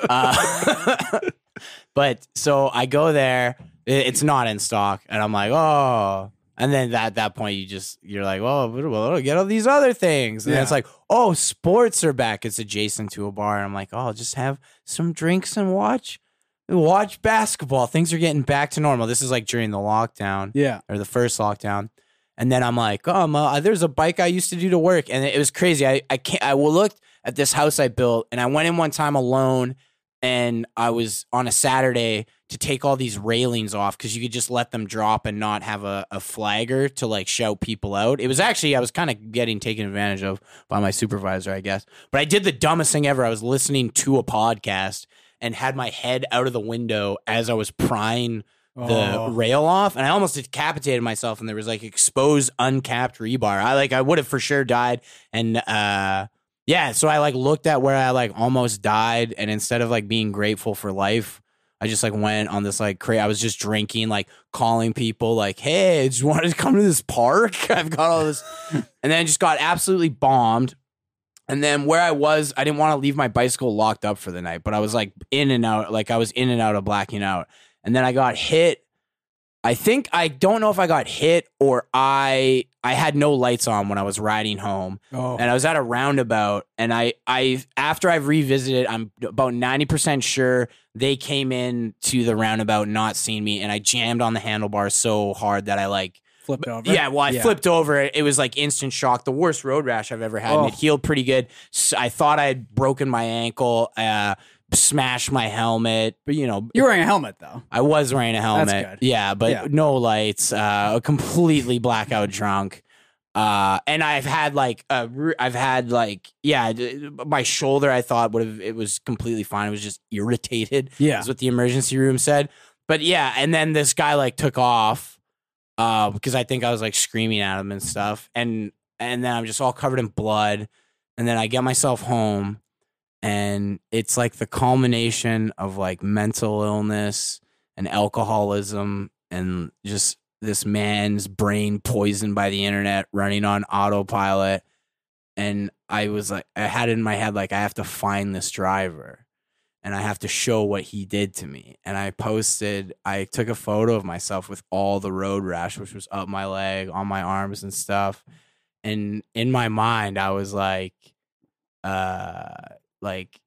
C: uh, but so I go there, i- it's not in stock, and I'm like, oh. And then at that point, you just you're like, well, well, get all these other things, and
B: Yeah.
C: it's like, oh, sports are back. It's adjacent to a bar, and I'm like, oh, I'll just have some drinks and watch watch basketball. Things are getting back to normal. This is like during the lockdown
B: Yeah,
C: or the first lockdown. And then I'm like, oh, ma, there's a bike I used to do to work, and it was crazy. I I can't. I looked at this house I built, and I went in one time alone, and I was on a Saturday to take all these railings off because you could just let them drop and not have a, a flagger to like shout people out. It was actually I was kind of getting taken advantage of by my supervisor, I guess. But I did the dumbest thing ever. I was listening to a podcast and had my head out of the window as I was prying the
B: Oh.
C: rail off and I almost decapitated myself and there was like exposed uncapped rebar. I like I would have for sure died and uh yeah, so I like looked at where I like almost died and instead of like being grateful for life, I just like went on this like cra I was just drinking, like calling people like, "Hey, do you want to come to this park? I've got all this." and then I just got absolutely bombed. And then where I was, I didn't want to leave my bicycle locked up for the night, but I was like in and out, like I was in and out of blacking out. And then I got hit I think I don't know if I got hit or I I had no lights on when I was riding home
B: oh,
C: and I was at a roundabout and I I after I've revisited I'm about 90% sure they came in to the roundabout not seeing me and I jammed on the handlebar so hard that I like
B: flipped over.
C: yeah, well, I flipped over. It was like instant shock, the worst road rash I've ever had. And it
B: Oh.
C: healed pretty good. S I I thought I had broken my ankle, uh, smashed my helmet, but you know,
B: You're wearing a helmet though.
C: I was wearing a helmet.
B: good.
C: Yeah, but
B: Yeah.
C: no lights. Uh, completely blackout drunk. Uh, and I've had like a, re- I've had like yeah, d- my shoulder I thought would have it was completely fine. It was just irritated.
B: Yeah.
C: is what the emergency room said. But yeah, and then this guy like took off uh, because I think I was like screaming at him and stuff, and and then I'm just all covered in blood, and then I get myself home, and it's like the culmination of like mental illness and alcoholism and just this man's brain poisoned by the internet running on autopilot and i was like i had it in my head like i have to find this driver and i have to show what he did to me and i posted i took a photo of myself with all the road rash which was up my leg on my arms and stuff and in my mind I was like uh like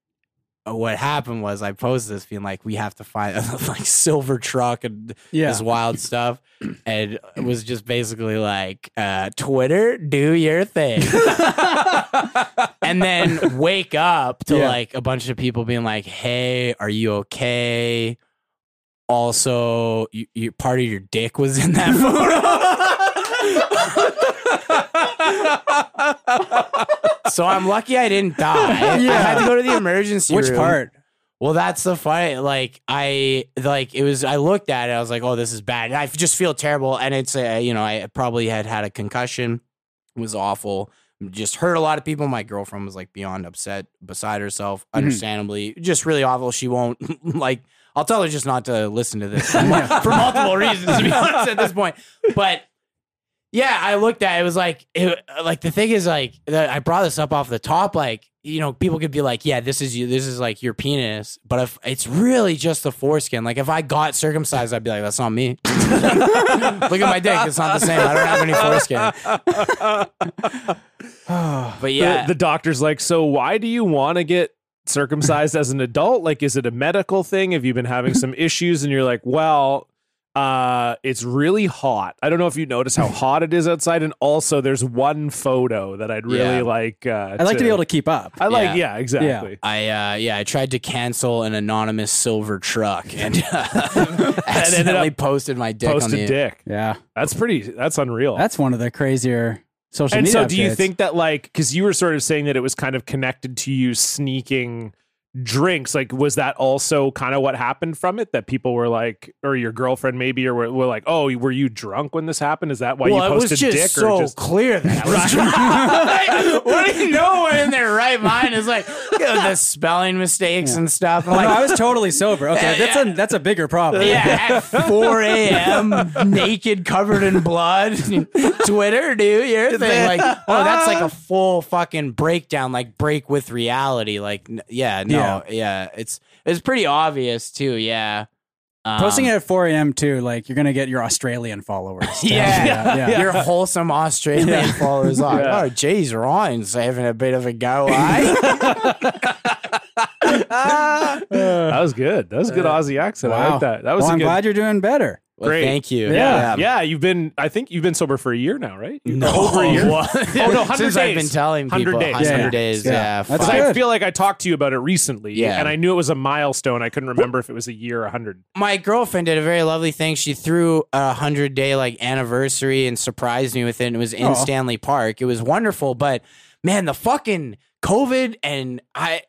C: uh, what happened was I posted this being like we have to find like silver truck and
B: Yeah.
C: this wild stuff and it was just basically like uh Twitter do your thing and then wake up to
B: Yeah.
C: like a bunch of people being like, "Hey, are you okay?" Also, you, you, part of your dick was in that photo. so I'm lucky I didn't die. I
B: Yeah.
C: had to go to the emergency
B: Which
C: room.
B: part?
C: Well, that's the fight. Like I like it was. I looked at it. I was like, "Oh, this is bad." And I just feel terrible. And it's uh, you know, I probably had had a concussion. It was awful. Just hurt a lot of people. My girlfriend was like beyond upset, beside herself, understandably. Just really awful. She won't like. I'll tell her just not to listen to this for mul- for multiple reasons. To be honest, at this point, but yeah, I looked at it, it was like it, like the thing is like that I brought this up off the top like you know people could be like yeah this is you this is like your penis but if it's really just the foreskin like if I got circumcised I'd be like that's not me look at my dick it's not the same I don't have any foreskin but
A: The-
C: yeah
A: the, doctor's like, so why do you want to get circumcised as an adult? Like, is it a medical thing? Have you been having some issues? And you're like, well, uh, it's really hot. I don't know if you notice how hot it is outside. And also, there's one photo that I'd really
C: Yeah.
A: like. Uh,
B: I'd like to be able to keep up.
A: I like, yeah,
C: Yeah.
A: exactly.
C: I uh, yeah I tried to cancel an anonymous silver truck and uh, accidentally posted my dick on
A: Post
C: the
A: a dick.
B: Yeah.
A: That's pretty. That's unreal.
B: That's one of the crazier social
A: and
B: media.
A: so, do you
B: updates.
A: think that like because you were sort of saying that it was kind of connected to you sneaking drinks? Like, was that also kind of what happened from it? That people were like, or your girlfriend maybe, or were, were like, "Oh, were you drunk when this happened? Is that why
C: well,
A: you
C: it was
A: posted
C: just
A: dick?"
C: so
A: or just
C: clear that I was drunk. Like, what do you know when in their right mind is like you know, the spelling mistakes and stuff. I'm
B: Oh, No, I
C: like,
B: was totally sober. Okay, that's a that's a bigger problem.
C: yeah, at 4 a.m., naked, covered in blood. Twitter, do your thing. Like, oh, that's like a full fucking breakdown, like break with reality. Like, n- yeah, no, yeah, it's it's pretty obvious too. Yeah, Um,
B: Posting it at 4 a.m. too, like you're gonna get your Australian followers.
C: Yeah.
B: yeah, yeah.
C: Your wholesome Australian followers are. Oh, geez, Ryan's having a bit of a go, eh?
A: that was good. That was a good Aussie accent. I like that. That was a
B: well, "Oh, I'm
A: good.
B: glad you're doing better.
C: Well,
A: Great.
C: thank you.
A: yeah, yeah, You've been. I think you've been sober for a year now, right? You-
C: No.
A: over a year.
C: What?
A: Oh no, hundred
C: Since
A: days.
C: I've been telling people,
A: 100 days.
C: 100
B: Yeah.
C: days.
B: Yeah.
C: Yeah.
B: That's
C: fuck.
A: Because I
B: good.
A: feel like I talked to you about it recently,
C: Yeah.
A: and I knew it was a milestone. I couldn't remember if it was a year, or hundred.
C: my girlfriend did a very lovely thing. She threw a hundred day like anniversary and surprised me with it. And it was in
B: Aw.
C: Stanley Park. It was wonderful, but man, the fucking COVID and I,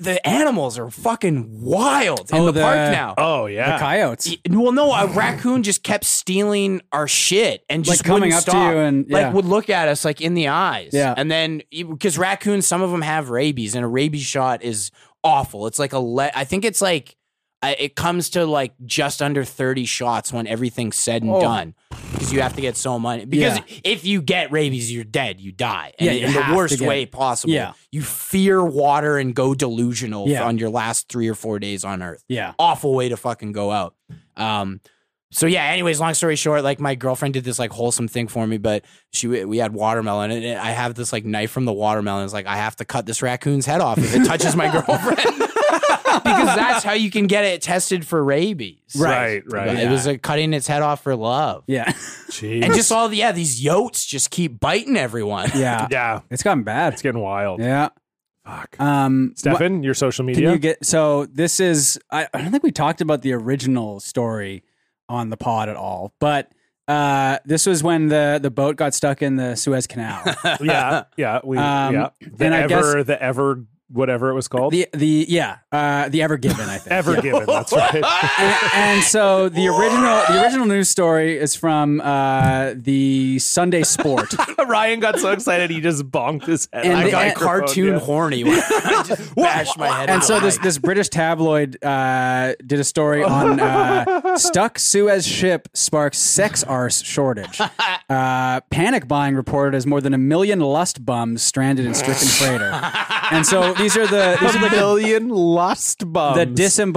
C: the animals are fucking wild in
B: Oh,
C: the,
B: the-
C: park now.
A: Oh yeah,
B: The coyotes.
C: Y- Well, no, a raccoon just kept stealing our shit and
B: Like
C: just
B: coming
C: wouldn't
B: up to
C: stop.
B: you and- yeah.
C: like would look at us like in the eyes.
B: Yeah.
C: and then because raccoons, some of them have rabies, and a rabies shot is awful. It's like a le- I think it's like I, it comes to like just under thirty shots when everything's said and
B: Oh.
C: done. Because you have to get so many. Because if you get rabies, you're dead. You die. And
B: Yeah,
C: in
B: you have
C: the
B: to
C: worst
B: get
C: way
B: it.
C: possible.
B: Yeah.
C: You fear water and go delusional
B: Yeah.
C: on your last three or four days on Earth
B: Yeah.
C: awful way to fucking go out. Um, so yeah. Anyways, long story short, like my girlfriend did this like wholesome thing for me, but she we had watermelon, and I have this like knife from the watermelon. It's like I have to cut this raccoon's head off if it touches my girlfriend, because that's how you can get it tested for rabies.
A: right, right.
C: But It was like cutting its head off for love,
B: Yeah.
A: Jeez.
C: and just all the yeah these yotes just keep biting everyone.
B: Yeah.
A: yeah,
B: It's gotten bad.
A: it's getting wild.
B: Yeah.
A: Fuck.
B: Um what-
A: Stefan, your social
B: can
A: media.
B: you get so this is I, I don't think we talked about the original story on the pod at all, but uh this was when the the boat got stuck in the Suez Canal.
A: yeah, yeah. We
B: Um,
A: yeah. The
B: and I
A: ever, the ever, whatever it was called.
B: the the yeah, uh the Ever Given, I think.
A: ever
B: Yeah.
A: given. That's right.
B: and, and so the original the original news story is from uh, the Sunday Sport.
A: Ryan got so excited he just bonked his head.
B: And
A: on
B: the-
A: the
B: e-
C: I got
B: and-
A: microphone,
C: cartoon
A: yeah.
C: horny when I just bashed my head.
B: and
C: on
B: so
C: the
B: this
C: mic.
B: this British tabloid uh, did a story on uh, stuck Suez ship sparks sex arse shortage. Uh, panic buying reported as more than a million lust bums stranded in stricken freighter. And so the these are the these are the,
A: Million lust bums.
B: the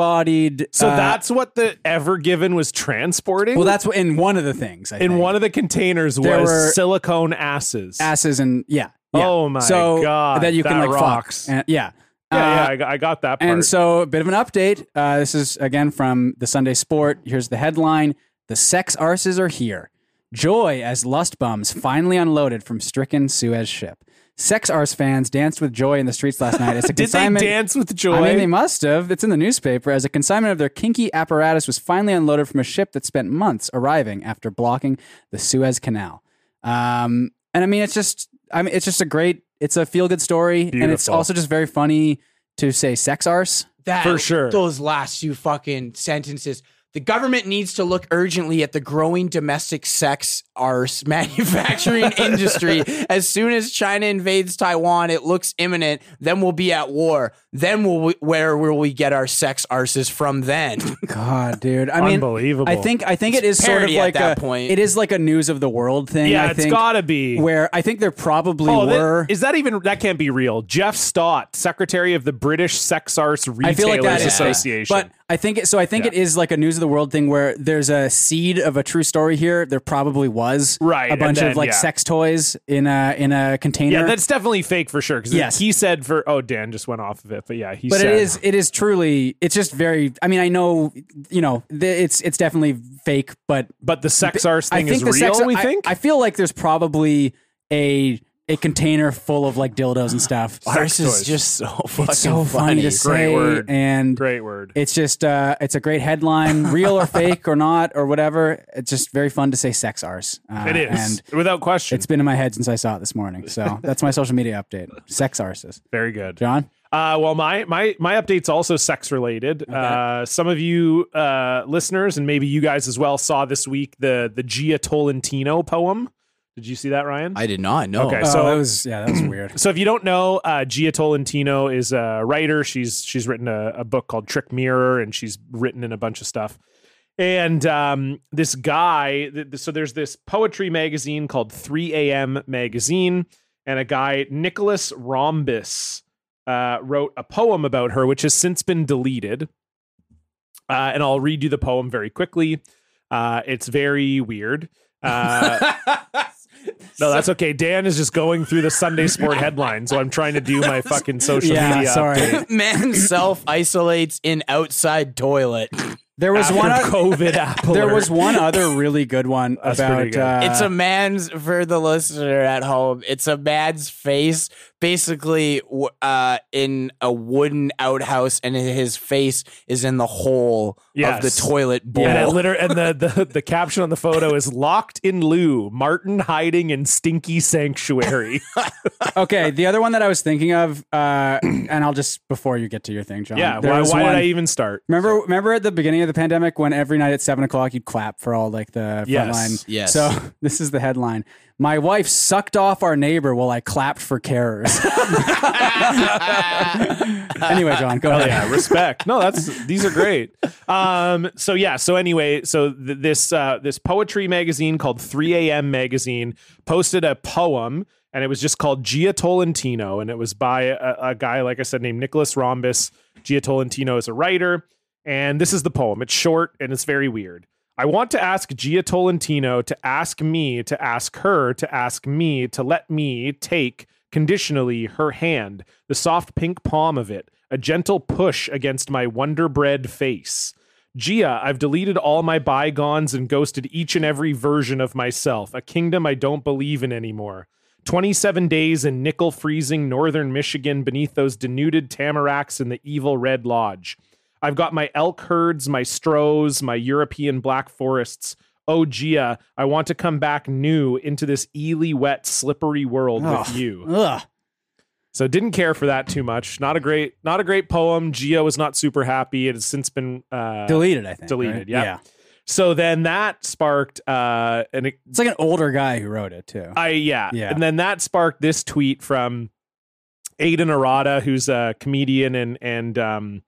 B: disembodied.
A: so
B: uh,
A: that's what the ever given was transporting.
B: well, that's what, in one of the things. I
A: in
B: think.
A: one of the containers
B: There
A: was
B: were-
A: silicone asses.
B: asses and yeah. yeah.
A: Oh my
B: so
A: God,
B: That you can
A: that
B: like
A: rocks.
B: fuck. And, yeah.
A: yeah, yeah,
B: Uh,
A: I got, I got that part.
B: And so, a bit of an update. Uh, this is again from the Sunday Sport. Here's the headline: The sex arses are here. Joy as lust bums finally unloaded from stricken Suez ship. Sex arse fans danced with joy in the streets last night. It's a
A: Did they
B: consignment-
A: dance with joy?
B: I mean, they must have. It's in the newspaper as a consignment of their kinky apparatus was finally unloaded from a ship that spent months arriving after blocking the Suez Canal. Um, and I mean, it's just, I mean, it's just a great, it's a feel good story, and it's
A: Beautiful.
B: also just very funny to say sex arse.
C: that
A: For sure.
C: those last two fucking sentences the government needs to look urgently at the growing domestic sex arse manufacturing industry as soon as china invades taiwan it looks imminent then we'll be at war then will we, where will we get our sex arses from then
B: God, dude, I mean,
A: Unbelievable.
B: I think, I think it is sort of
C: parody at
B: like
C: that
B: a,
C: point.
B: it is like a news of the world thing.
A: yeah,
B: I
A: it's
B: think,
A: gotta be.
B: where I think there probably
A: Oh, that-
B: were.
A: is that even that can't be real? Jeff Stott, secretary of the British Sex Arts Retailers
B: I feel like that is fake.
A: Association.
B: But I think it, so. I think
A: Yeah.
B: it is like a news of the world thing where there's a seed of a true story here. There probably was
A: Right,
B: a
A: and
B: bunch
A: then,
B: of like
A: yeah.
B: sex toys in a in a container.
A: yeah, that's definitely fake for sure. Because
B: Yes.
A: he said for oh Dan just went off of it, but yeah, he
B: but
A: said
B: it is it is truly. It's just very. I mean, I know you know th- it's it's definitely fake, but
A: But the sex arts
B: I
A: thing
B: think
A: is
B: the
A: real.
B: sex.
A: we
B: I,
A: think
B: I feel like there's probably a a container full of like dildos and stuff.
A: Sex
C: arse is
A: toys.
C: just so fucking
B: it's so funny
C: funny
B: to say,
A: word.
B: and
A: great word.
B: It's just uh, it's a great headline, real or fake or not or whatever. It's just very fun to say sex arse. Uh,
A: it is
B: and
A: without question.
B: it's been in my head since I saw it this morning. So that's my social media update. Sex arses,
A: very good.
B: John.
A: Uh, well, my my my update's also sex related. Uh, some of you uh, listeners, and maybe you guys as well, saw this week the the Gia Tolentino poem. Did you see that, Ryan?
C: i did not know
A: Okay.
B: Oh,
A: So-
B: that was yeah, that was weird.
A: So if you don't know, uh, Gia Tolentino is a writer. She's she's written a, a book called Trick Mirror, and she's written in a bunch of stuff. And um, this guy, th- th- so there's this poetry magazine called 3 AM Magazine, and a guy Nicholas Rhombus uh, wrote a poem about her, which has since been deleted. Uh, and I'll read you the poem very quickly. Uh, it's very weird. Uh, no, that's okay. Dan is just going through the Sunday sport headline, so I'm trying to do my fucking social
B: Yeah,
A: media.
B: sorry.
A: update
C: man self isolates in outside toilet
B: There was
A: After
B: one. oth-
A: COVID apple.
B: there was one other really good one
A: That's
B: about.
A: pretty good.
B: Uh,
C: It's a man's for the listener at home. It's a man's face, basically w- uh, in a wooden outhouse, and his face is in the hole
A: Yes.
C: of the toilet bowl.
A: And, it liter- and the, the, the caption on the photo is locked in Lou, Martin hiding in stinky sanctuary.
B: okay, the other one that I was thinking of, uh, and I'll just before you get to your thing, John.
A: yeah,
B: there
A: why,
B: was
A: why
B: one-
A: did I even start?
B: Remember, remember at the beginning of the pandemic when every night at seven o'clock you'd clap for all like the front
A: Yes,
B: line.
C: yes.
B: So this is the headline: My wife sucked off our neighbor while I clapped for carers. anyway, John, go
A: Oh
B: ahead.
A: yeah, respect. No, that's these are great. Um, so yeah, so anyway, so th- this uh, this poetry magazine called 3 AM magazine posted a poem, and it was just called Gia Tolentino, and it was by a, a guy, like I said, named Nicholas Rhombus. Gia Tolentino is a writer, and this is the poem. It's short and it's very weird. I want to ask Gia Tolentino to ask me, to ask her, to ask me, to let me take conditionally her hand, the soft pink palm of it, a gentle push against my wonder bred face. Gia, I've deleted all my bygones and ghosted each and every version of myself, a kingdom I don't believe in anymore. 27 days in nickel freezing northern Michigan beneath those denuded tamaracks in the evil Red Lodge. I've got my elk herds, my strohs, my European black forests. Oh, Gia, I want to come back new into this eely wet, slippery world with you.
B: Oh, Ugh.
A: So didn't care for that too much. Not a great, not a great poem. Geo was not super happy. It has since been uh,
B: Deleted, I think.
A: deleted.
B: right?
A: Yeah. So then that sparked uh, an
B: It's like an older guy who wrote it too.
A: I yeah.
B: Yeah.
A: And then that sparked this tweet from Aidan Arada, who's a comedian and and um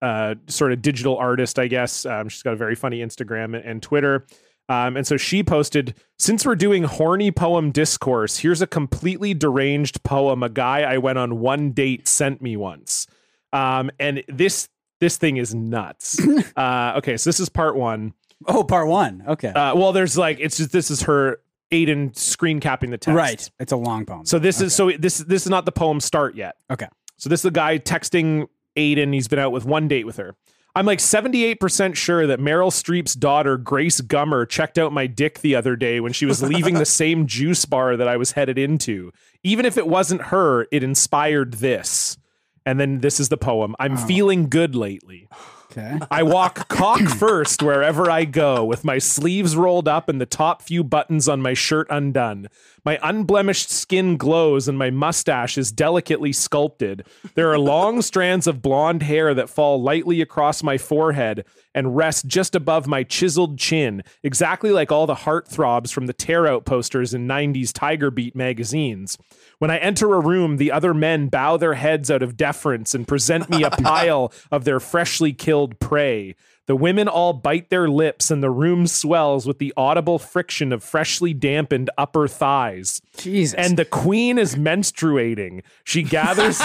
A: uh sort of digital artist, I guess. Um, she's got a very funny Instagram and, and Twitter. Um, and so she posted, since we're doing horny poem discourse, here's a completely deranged poem a guy I went on one date sent me once. Um, and this this thing is nuts. uh, okay, so this is part one.
B: Oh, part one. Okay.
A: Uh, well, there's like it's just this is her Aiden screen capping the text.
B: right. It's a long poem.
A: So this is so this this is not the poem start yet.
B: okay.
A: So this is the guy texting Aiden. He's been out with one date with her. I'm like 78% sure that Meryl Streep's daughter, Grace Gummer, checked out my dick the other day when she was leaving the same juice bar that I was headed into. Even if it wasn't her, it inspired this. And then this is the poem I'm feeling good lately.
B: Okay.
A: I walk cock first wherever I go, with my sleeves rolled up and the top few buttons on my shirt undone. My unblemished skin glows and my mustache is delicately sculpted. There are long strands of blonde hair that fall lightly across my forehead and rest just above my chiseled chin, exactly like all the heartthrobs from the tear out posters in 90s Tiger Beat magazines. When I enter a room, the other men bow their heads out of deference and present me a pile of their freshly killed prey. The women all bite their lips, and the room swells with the audible friction of freshly dampened upper thighs.
B: Jesus.
A: And the queen is menstruating. She gathers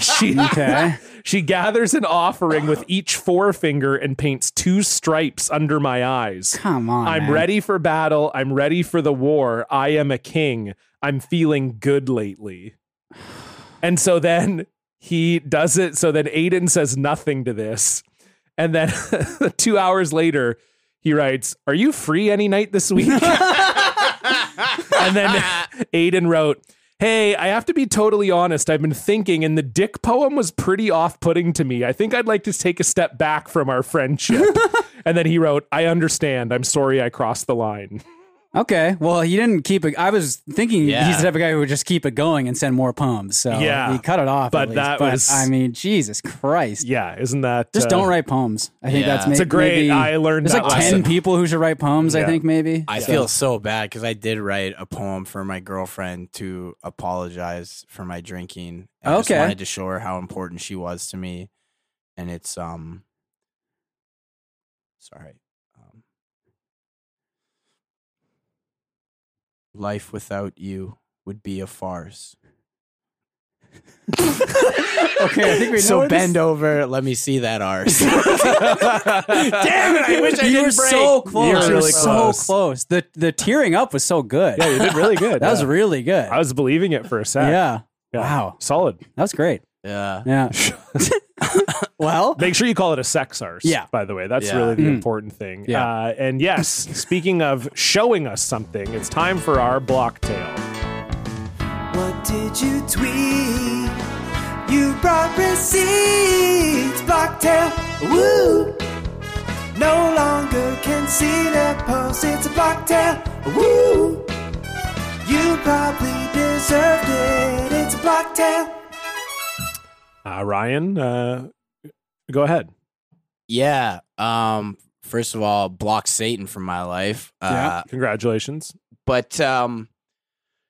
A: she
B: Okay.
A: she gathers an offering with each forefinger and paints two stripes under my eyes.
B: Come on.
A: I'm
B: man.
A: ready for battle. I'm ready for the war. I am a king. I'm feeling good lately. And so then he does it. So then Aiden says nothing to this. And then two hours later, he writes, Are you free any night this week? and then Aiden wrote, Hey, I have to be totally honest. I've been thinking, and the dick poem was pretty off putting to me. I think I'd like to take a step back from our friendship. and then he wrote, I understand. I'm sorry I crossed the line.
B: Okay. Well, he didn't keep it. I was thinking
C: Yeah.
B: he's the type of guy who would just keep it going and send more poems. So
A: Yeah.
B: he cut it off. at
A: But
B: least.
A: that was-
B: I mean, Jesus Christ.
A: Yeah, isn't that
B: Just
A: uh,
B: don't write poems. I think
C: Yeah.
B: that's maybe.
A: It's a great-
B: Maybe,
A: I learned
B: There's
A: that
B: like ten
A: lesson.
B: people who should write poems. I
A: Yeah.
B: think maybe.
C: I feel so bad because I did write a poem for my girlfriend to apologize for my drinking. I just
B: Okay.
C: wanted to show her how important she was to me, and it's um, sorry, um, life without you would be a farce.
B: okay. I think we know
C: So
B: where this-
C: bend over, let me see that arse. Damn it! I wish I
B: you were
C: didn't break.
B: so close.
A: You're
B: You were
A: really
B: so
A: close.
B: close. The the tearing up was so good.
A: Yeah, you did really good.
B: that was
A: Yeah.
B: really good.
A: I was believing it for a sec.
B: yeah.
A: Yeah.
B: Wow.
A: Solid.
B: That was great.
C: Yeah.
B: Yeah. well,
A: Make sure you call it a sex arse.
B: Yeah.
A: By the way, that's
C: Yeah.
A: really the
B: Mm.
A: important thing.
B: Yeah.
A: Uh, and yes, speaking of showing us something, it's time for our block tale.
F: What did you tweet? You brought receipts, Blocktail. Woo! No longer can see their posts. It's a Blocktail. Woo! You probably deserved it. It's a Blocktail.
A: Uh, Ryan, uh, go ahead.
C: Yeah. Um. First of all, block Satan from my life.
B: Yeah.
C: Uh,
A: Congratulations.
C: but um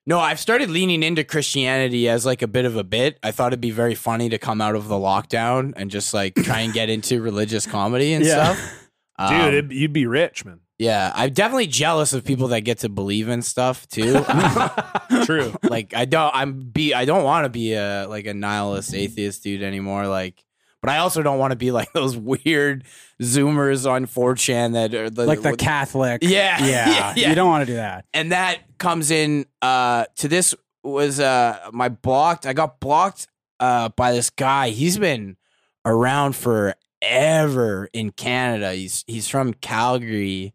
C: no i've started leaning into christianity as like a bit of a bit i thought it'd be very funny to come out of the lockdown and just like try and get into religious comedy and
B: Yeah.
C: stuff
A: Dude,
C: Um,
A: it'd, you'd be rich, man.
C: yeah i'm definitely jealous of people that get to believe in stuff too
A: True.
C: like i don't i'm be i don't want to be a like a nihilist atheist dude anymore like but i also don't want to be like those weird zoomers on 4chan that are
B: like the Catholic.
C: Yeah.
B: Yeah.
C: Yeah.
B: You don't want to do that.
C: and that comes in uh to this was uh my blocked I got blocked uh by this guy. He's been around forever in Canada. He's he's from Calgary.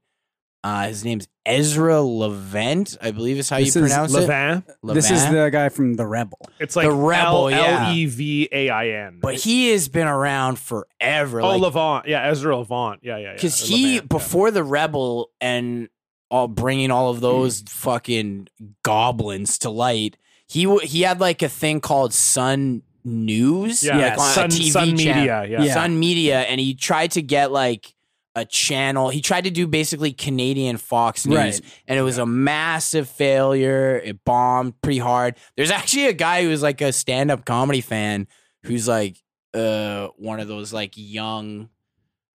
C: Uh his name's Ezra Levent, I believe is how
B: This
C: you
B: is
C: pronounce it.
A: Levin.
B: This is
C: Levant.
B: the guy from The Rebel.
A: It's like
C: The rebel, yeah.
A: L E V A I N.
C: but he has been around forever.
A: Oh,
C: like,
A: Levant. Yeah, Ezra Levant. Yeah, yeah, yeah.
C: because
A: Levant,
C: he
A: yeah.
C: before the rebel and all bringing all
A: Hmm.
C: of those fucking goblins to light he w- he had like a thing called sun news
A: Yeah,
C: like
B: Yes.
C: on a
A: Sun,
C: TV
A: Sun
C: channel.
A: Media. Yeah.
B: Yeah.
C: sun media and he tried to get like a channel he tried to do basically canadian fox news
B: Right.
C: and it was a massive failure it bombed pretty hard there's actually a guy who's like a stand-up comedy fan who's like uh one of those like young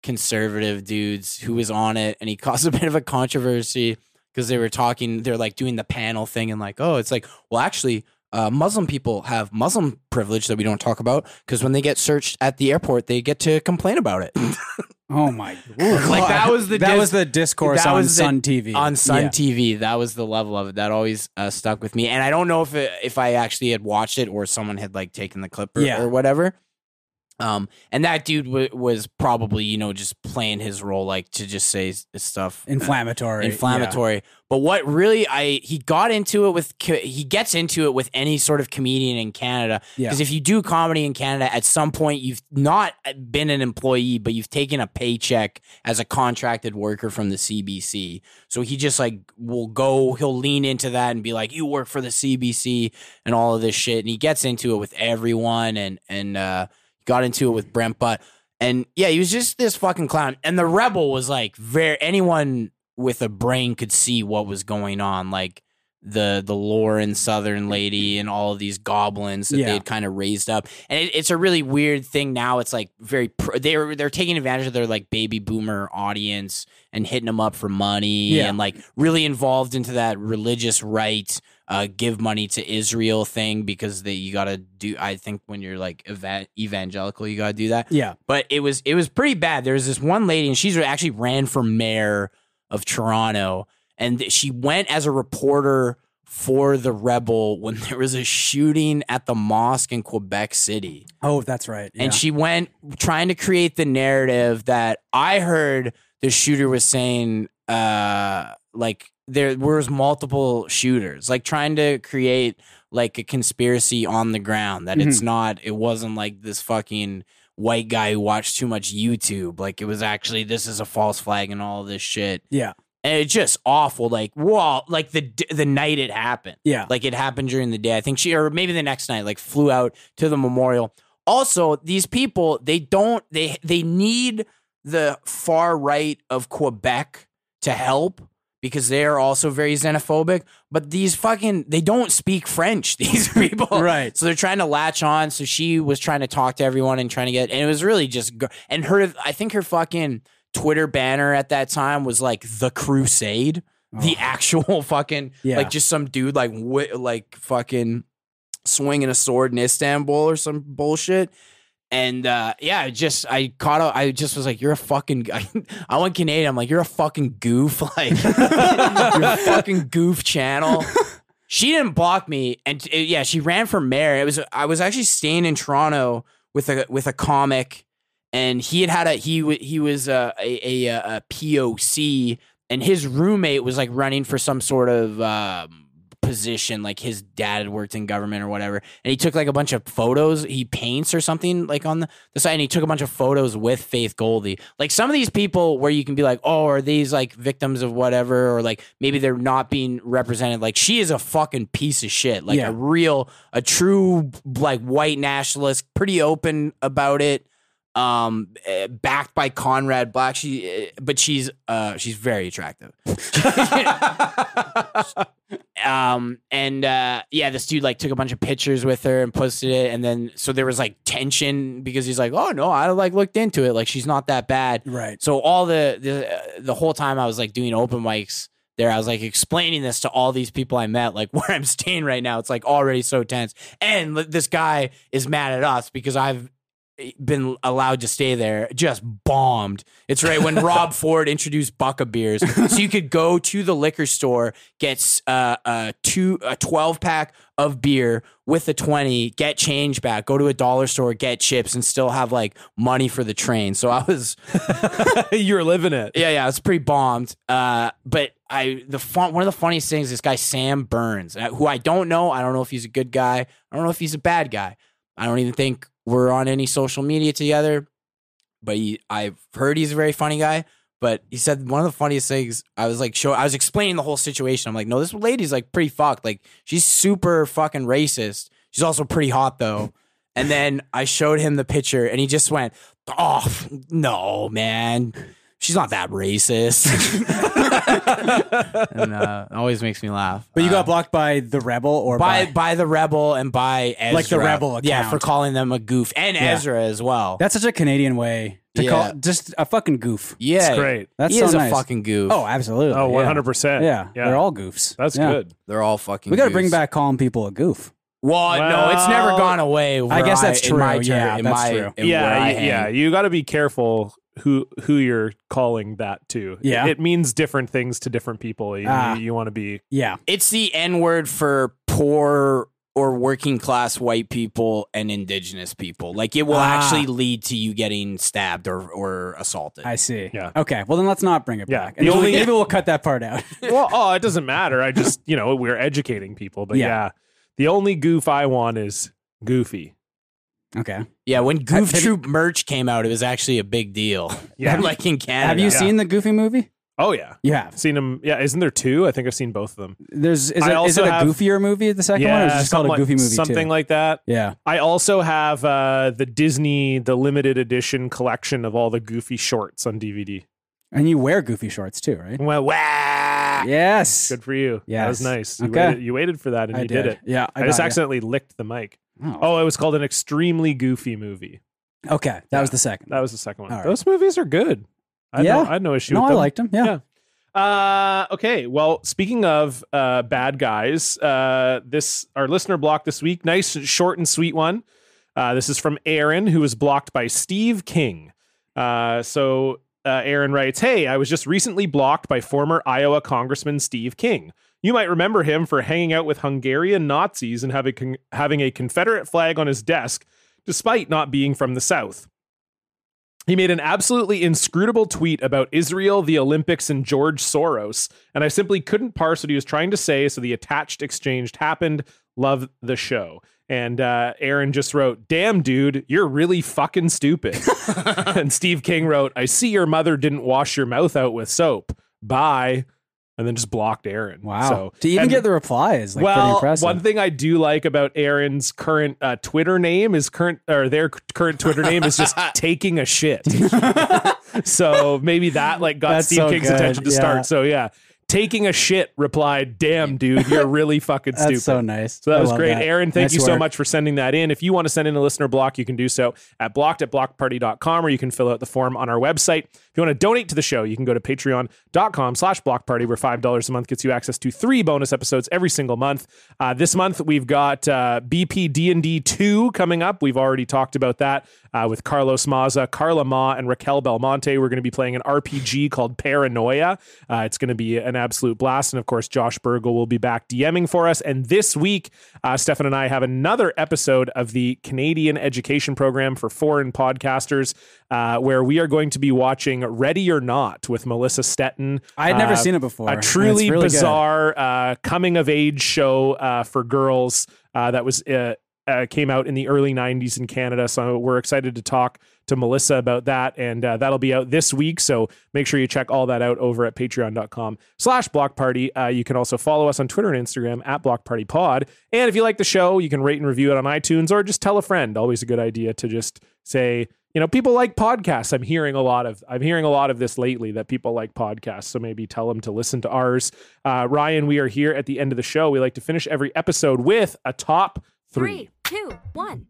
C: conservative dudes who was on it, and he caused a bit of a controversy because they were talking. They're like doing the panel thing, and like, oh, it's like, well, actually. Uh, Muslim people have Muslim privilege that we don't talk about because when they get searched at the airport, they get to complain about it.
B: Oh my!
C: like that was the
B: that
C: dis-
B: was the discourse
C: that
B: on
C: was the-
B: Sun TV.
C: on Sun
B: Yeah.
C: TV. That was the level of it that always uh, stuck with me. And I don't know if it, if I actually had watched it or someone had like taken the clip or,
B: Yeah.
C: or whatever. Um, and that dude w- was probably you know just playing his role like to just say s- stuff
B: inflammatory.
C: inflammatory. But what really I he got into it with co- he gets into it with any sort of comedian in Canada
B: Yeah.
C: because if you do comedy in Canada at some point you've not been an employee but you've taken a paycheck as a contracted worker from the CBC. So he just like will go he'll lean into that and be like you work for the CBC and all of this shit and he gets into it with everyone and and uh got into it with Brent Butt. And yeah, he was just this fucking clown. And the rebel was like very anyone with a brain could see what was going on, like the the Lauren Southern lady and all of these goblins that
B: Yeah.
C: they had kind of raised up. And it, it's a really weird thing now. It's like very pr- they're they're taking advantage of their like baby boomer audience and hitting them up for money
B: Yeah.
C: and like really involved into that religious right uh, give money to Israel thing because they you gotta do. I think when you're like eva- evangelical, you gotta do that.
B: Yeah.
C: But it was it was pretty bad. There was this one lady, and she's actually ran for mayor of Toronto, and th- she went as a reporter for the rebel when there was a shooting at the mosque in Quebec City.
B: Oh, that's right. Yeah.
C: And she went trying to create the narrative that I heard the shooter was saying, uh, like there was multiple shooters, like trying to create like a conspiracy on the ground that it's not, it wasn't like this fucking white guy who watched too much YouTube. Like it was actually this is a false flag and all this shit.
B: yeah.
C: And it's just awful. Like whoa, like the d- the night it happened.
B: Yeah.
C: Like it happened during the day. I think she, or maybe the next night, like flew out to the memorial. Also, these people, they don't, they, they need the far right of Quebec to help because they are also very xenophobic. But these fucking, they don't speak French, these people.
B: Right.
C: So they're trying to latch on. So she was trying to talk to everyone and trying to get, and it was really just, gr- and her, I think her fucking Twitter banner at that time was like the crusade. The actual fucking
B: Yeah.
C: like just some dude like wi- like fucking swinging a sword in Istanbul or some bullshit. And uh, yeah, I just I caught up. I just was like, "You're a fucking." I, I went Canadian. I'm like, "You're a fucking goof." Like, you're a fucking goof channel. She didn't block me, and uh, yeah, she ran for mayor. It was I was actually staying in Toronto with a with a comic, and he had had a he wa- he was a a, a, a POC, and his roommate was like running for some sort of um, position, like his dad had worked in government or whatever, and he took like a bunch of photos. He paints or something like on the, the side, and he took a bunch of photos with Faith Goldie. Like some of these people, where you can be like, oh, are these like victims of whatever, or like maybe they're not being represented. Like she is a fucking piece of shit, like
B: Yeah.
C: a real, a true like white nationalist, pretty open about it um eh, backed by Conrad Black she eh, but she's uh she's very attractive um and uh yeah this dude like took a bunch of pictures with her and posted it and then so there was like tension because he's like oh no I like looked into it like she's not that bad
B: Right.
C: so all the the uh, the whole time I was like doing open mics there, I was like explaining this to all these people I met, like where I'm staying right now. It's like already so tense, and li- this guy is mad at us because I've been allowed to stay there just bombed it's right when rob ford introduced bucka beers so you could go to the liquor store get s- uh, a two a 12 pack of beer with a 20 get change back go to a dollar store get chips and still have like money for the train so i was
A: You're living it.
C: yeah, yeah, it's pretty bombed. Uh, but I the fun, one of the funniest things, this guy Sam Burns, uh, who I don't know. I don't know if he's a good guy. I don't know if he's a bad guy. I don't even think we're on any social media together. But he, I've heard he's a very funny guy. But he said one of the funniest things. I was like, show. I was explaining the whole situation. I'm like, no, this lady's like pretty fucked. Like she's super fucking racist. She's also pretty hot though. And then I showed him the picture, and he just went, "Oh no, man, she's not that racist." and uh, it always makes me laugh.
B: But you
C: Uh,
B: got blocked by the rebel or by,
C: by by the rebel and by Ezra.
B: Like the Rebel
C: yeah,
B: account.
C: for calling them a goof and Ezra as well.
B: That's such a Canadian way to
C: Yeah.
B: call just a fucking goof.
C: Yeah,
A: It's great.
B: That's
C: he
B: so
C: is
B: nice.
C: a fucking goof.
B: Oh, absolutely.
A: Oh,
B: yeah.
A: 100%.
B: Yeah, they're all goofs.
A: That's
B: Yeah.
A: good.
C: they're all fucking.
B: We got to bring
C: goofs.
B: back calling people a goof.
C: Well, no, it's never
A: Well,
C: gone away. where
B: guess that's
C: in my
B: true. Yeah,
C: in
B: that's
C: my,
B: true.
C: in where
A: yeah,
C: I
A: you- yeah.
C: hang.
A: You got to be careful who who you're calling that to.
B: Yeah.
A: it, it means different things to different people. You,
B: Ah.
A: you, want to be
B: Yeah,
C: It's the N word for poor or working class white people and indigenous people. Like it will
B: Ah.
C: actually lead to you getting stabbed or, or assaulted.
B: I see.
A: Yeah.
B: Okay. Well, then let's not bring it
A: Yeah.
B: back.
A: The
B: And maybe,
A: only-
B: maybe we'll cut that part out.
A: well. Oh, it doesn't matter. I just you know we're educating people, but
B: Yeah.
A: yeah. the only goof I want is goofy.
B: okay.
C: yeah, when
B: Have
C: Goof
B: you-
C: Troop merch came out, it was actually a big deal.
A: Yeah.
C: like in Canada.
B: Have you seen the Goofy movie?
A: Oh yeah,
B: You have.
A: seen him. Yeah, isn't there two? I think I've seen both of them.
B: There's is
A: I
B: it, is
A: also
B: it a
A: have-
B: goofier movie? The second
A: yeah,
B: one, or is it just called
A: something
B: a
A: like-
B: Goofy movie?
A: something
B: too?
A: like that.
B: Yeah.
A: I also have uh, the Disney, the limited edition collection of all the Goofy shorts on DVD.
B: And you wear Goofy shorts too, right?
A: Well, wow.
B: Yes.
A: Good for you. Yeah, That was
B: Yes.
A: nice. You,
B: Okay.
A: waited, you waited for that and
B: I
A: you did, it.
B: Yeah.
A: I, just
B: got it.
A: accidentally licked the mic.
B: Oh.
A: Oh, it was called an extremely goofy movie.
B: Okay. That was the second.
A: That was the second one.
B: All right.
A: Those movies are good. I had
B: Yeah.
A: no, I had no issue.
B: no,
A: with
B: I
A: them.
B: liked him. Yeah.
A: Yeah. Uh, okay. Well, speaking of uh, bad guys, uh, this our listener block this week. Nice, short and sweet one. Uh, this is from Aaron, who was blocked by Steve King. Uh, so uh, Aaron writes, "Hey, I was just recently blocked by former Iowa Congressman Steve King. You might remember him for hanging out with Hungarian Nazis and having con- having a Confederate flag on his desk, despite not being from the South." He made an absolutely inscrutable tweet about Israel, the Olympics, and George Soros, and I simply couldn't parse what he was trying to say, so the attached exchange happened. Love the show. And uh, Aaron just wrote, Damn, dude, you're really fucking stupid. and Steve King wrote, I see your mother didn't wash your mouth out with soap. Bye. And then just blocked Aaron.
B: Wow.
A: So,
B: to even
A: and-
B: get the reply is like pretty
A: well,
B: impressive.
A: one thing I do like about Aaron's current uh, Twitter name is current or their c- current Twitter name is just taking a shit. so maybe that like got
B: That's
A: Steve
B: so
A: King's
B: good,
A: attention to
B: yeah.
A: start. So yeah, taking a shit replied, "Damn, dude, you're really fucking
B: That's
A: stupid."
B: so nice.
A: So that
B: I
A: was
B: love
A: great.
B: that.
A: Aaron, thank
B: Nice
A: you so
B: work.
A: much for sending that in. If you want to send in a listener block, you can do so at blocked at blockparty.com or you can fill out the form on our website. If you want to donate to the show, you can go to patreon.com slash blockparty where $5 a month gets you access to three bonus episodes every single month. Uh, this month, we've got uh, BP D&D 2 coming up. We've already talked about that uh, with Carlos Maza, uh, Carla Ma, and Raquel Belmonte. We're going to be playing an RPG called Paranoia. Uh, it's going to be an absolute blast. And of course, Josh Burgle will be back DMing for us. And this week, uh, Stefan and I have another episode of the Canadian Education Program for Foreign Podcasters, uh, where we are going to be watching Ready or Not with Melissa Stetton.
B: I had never
A: Uh,
B: seen it before. and
A: a
B: it's
A: truly
B: really good.
A: bizarre uh, coming of age show uh, for girls uh, that was uh, uh, came out in the early 90s in Canada. So we're excited to talk to Melissa about that. And uh, that'll be out this week. So make sure you check all that out over at patreon.com slash block party. Uh, you can also follow us on Twitter and Instagram at block party pod. And if you like the show, you can rate and review it on iTunes or just tell a friend. Always a good idea to just say, you know people like podcasts i'm hearing a lot of i'm hearing a lot of this lately that people like podcasts so maybe tell them to listen to ours uh, ryan we are here at the end of the show we like to finish every episode with a top three,
G: Three, two, one.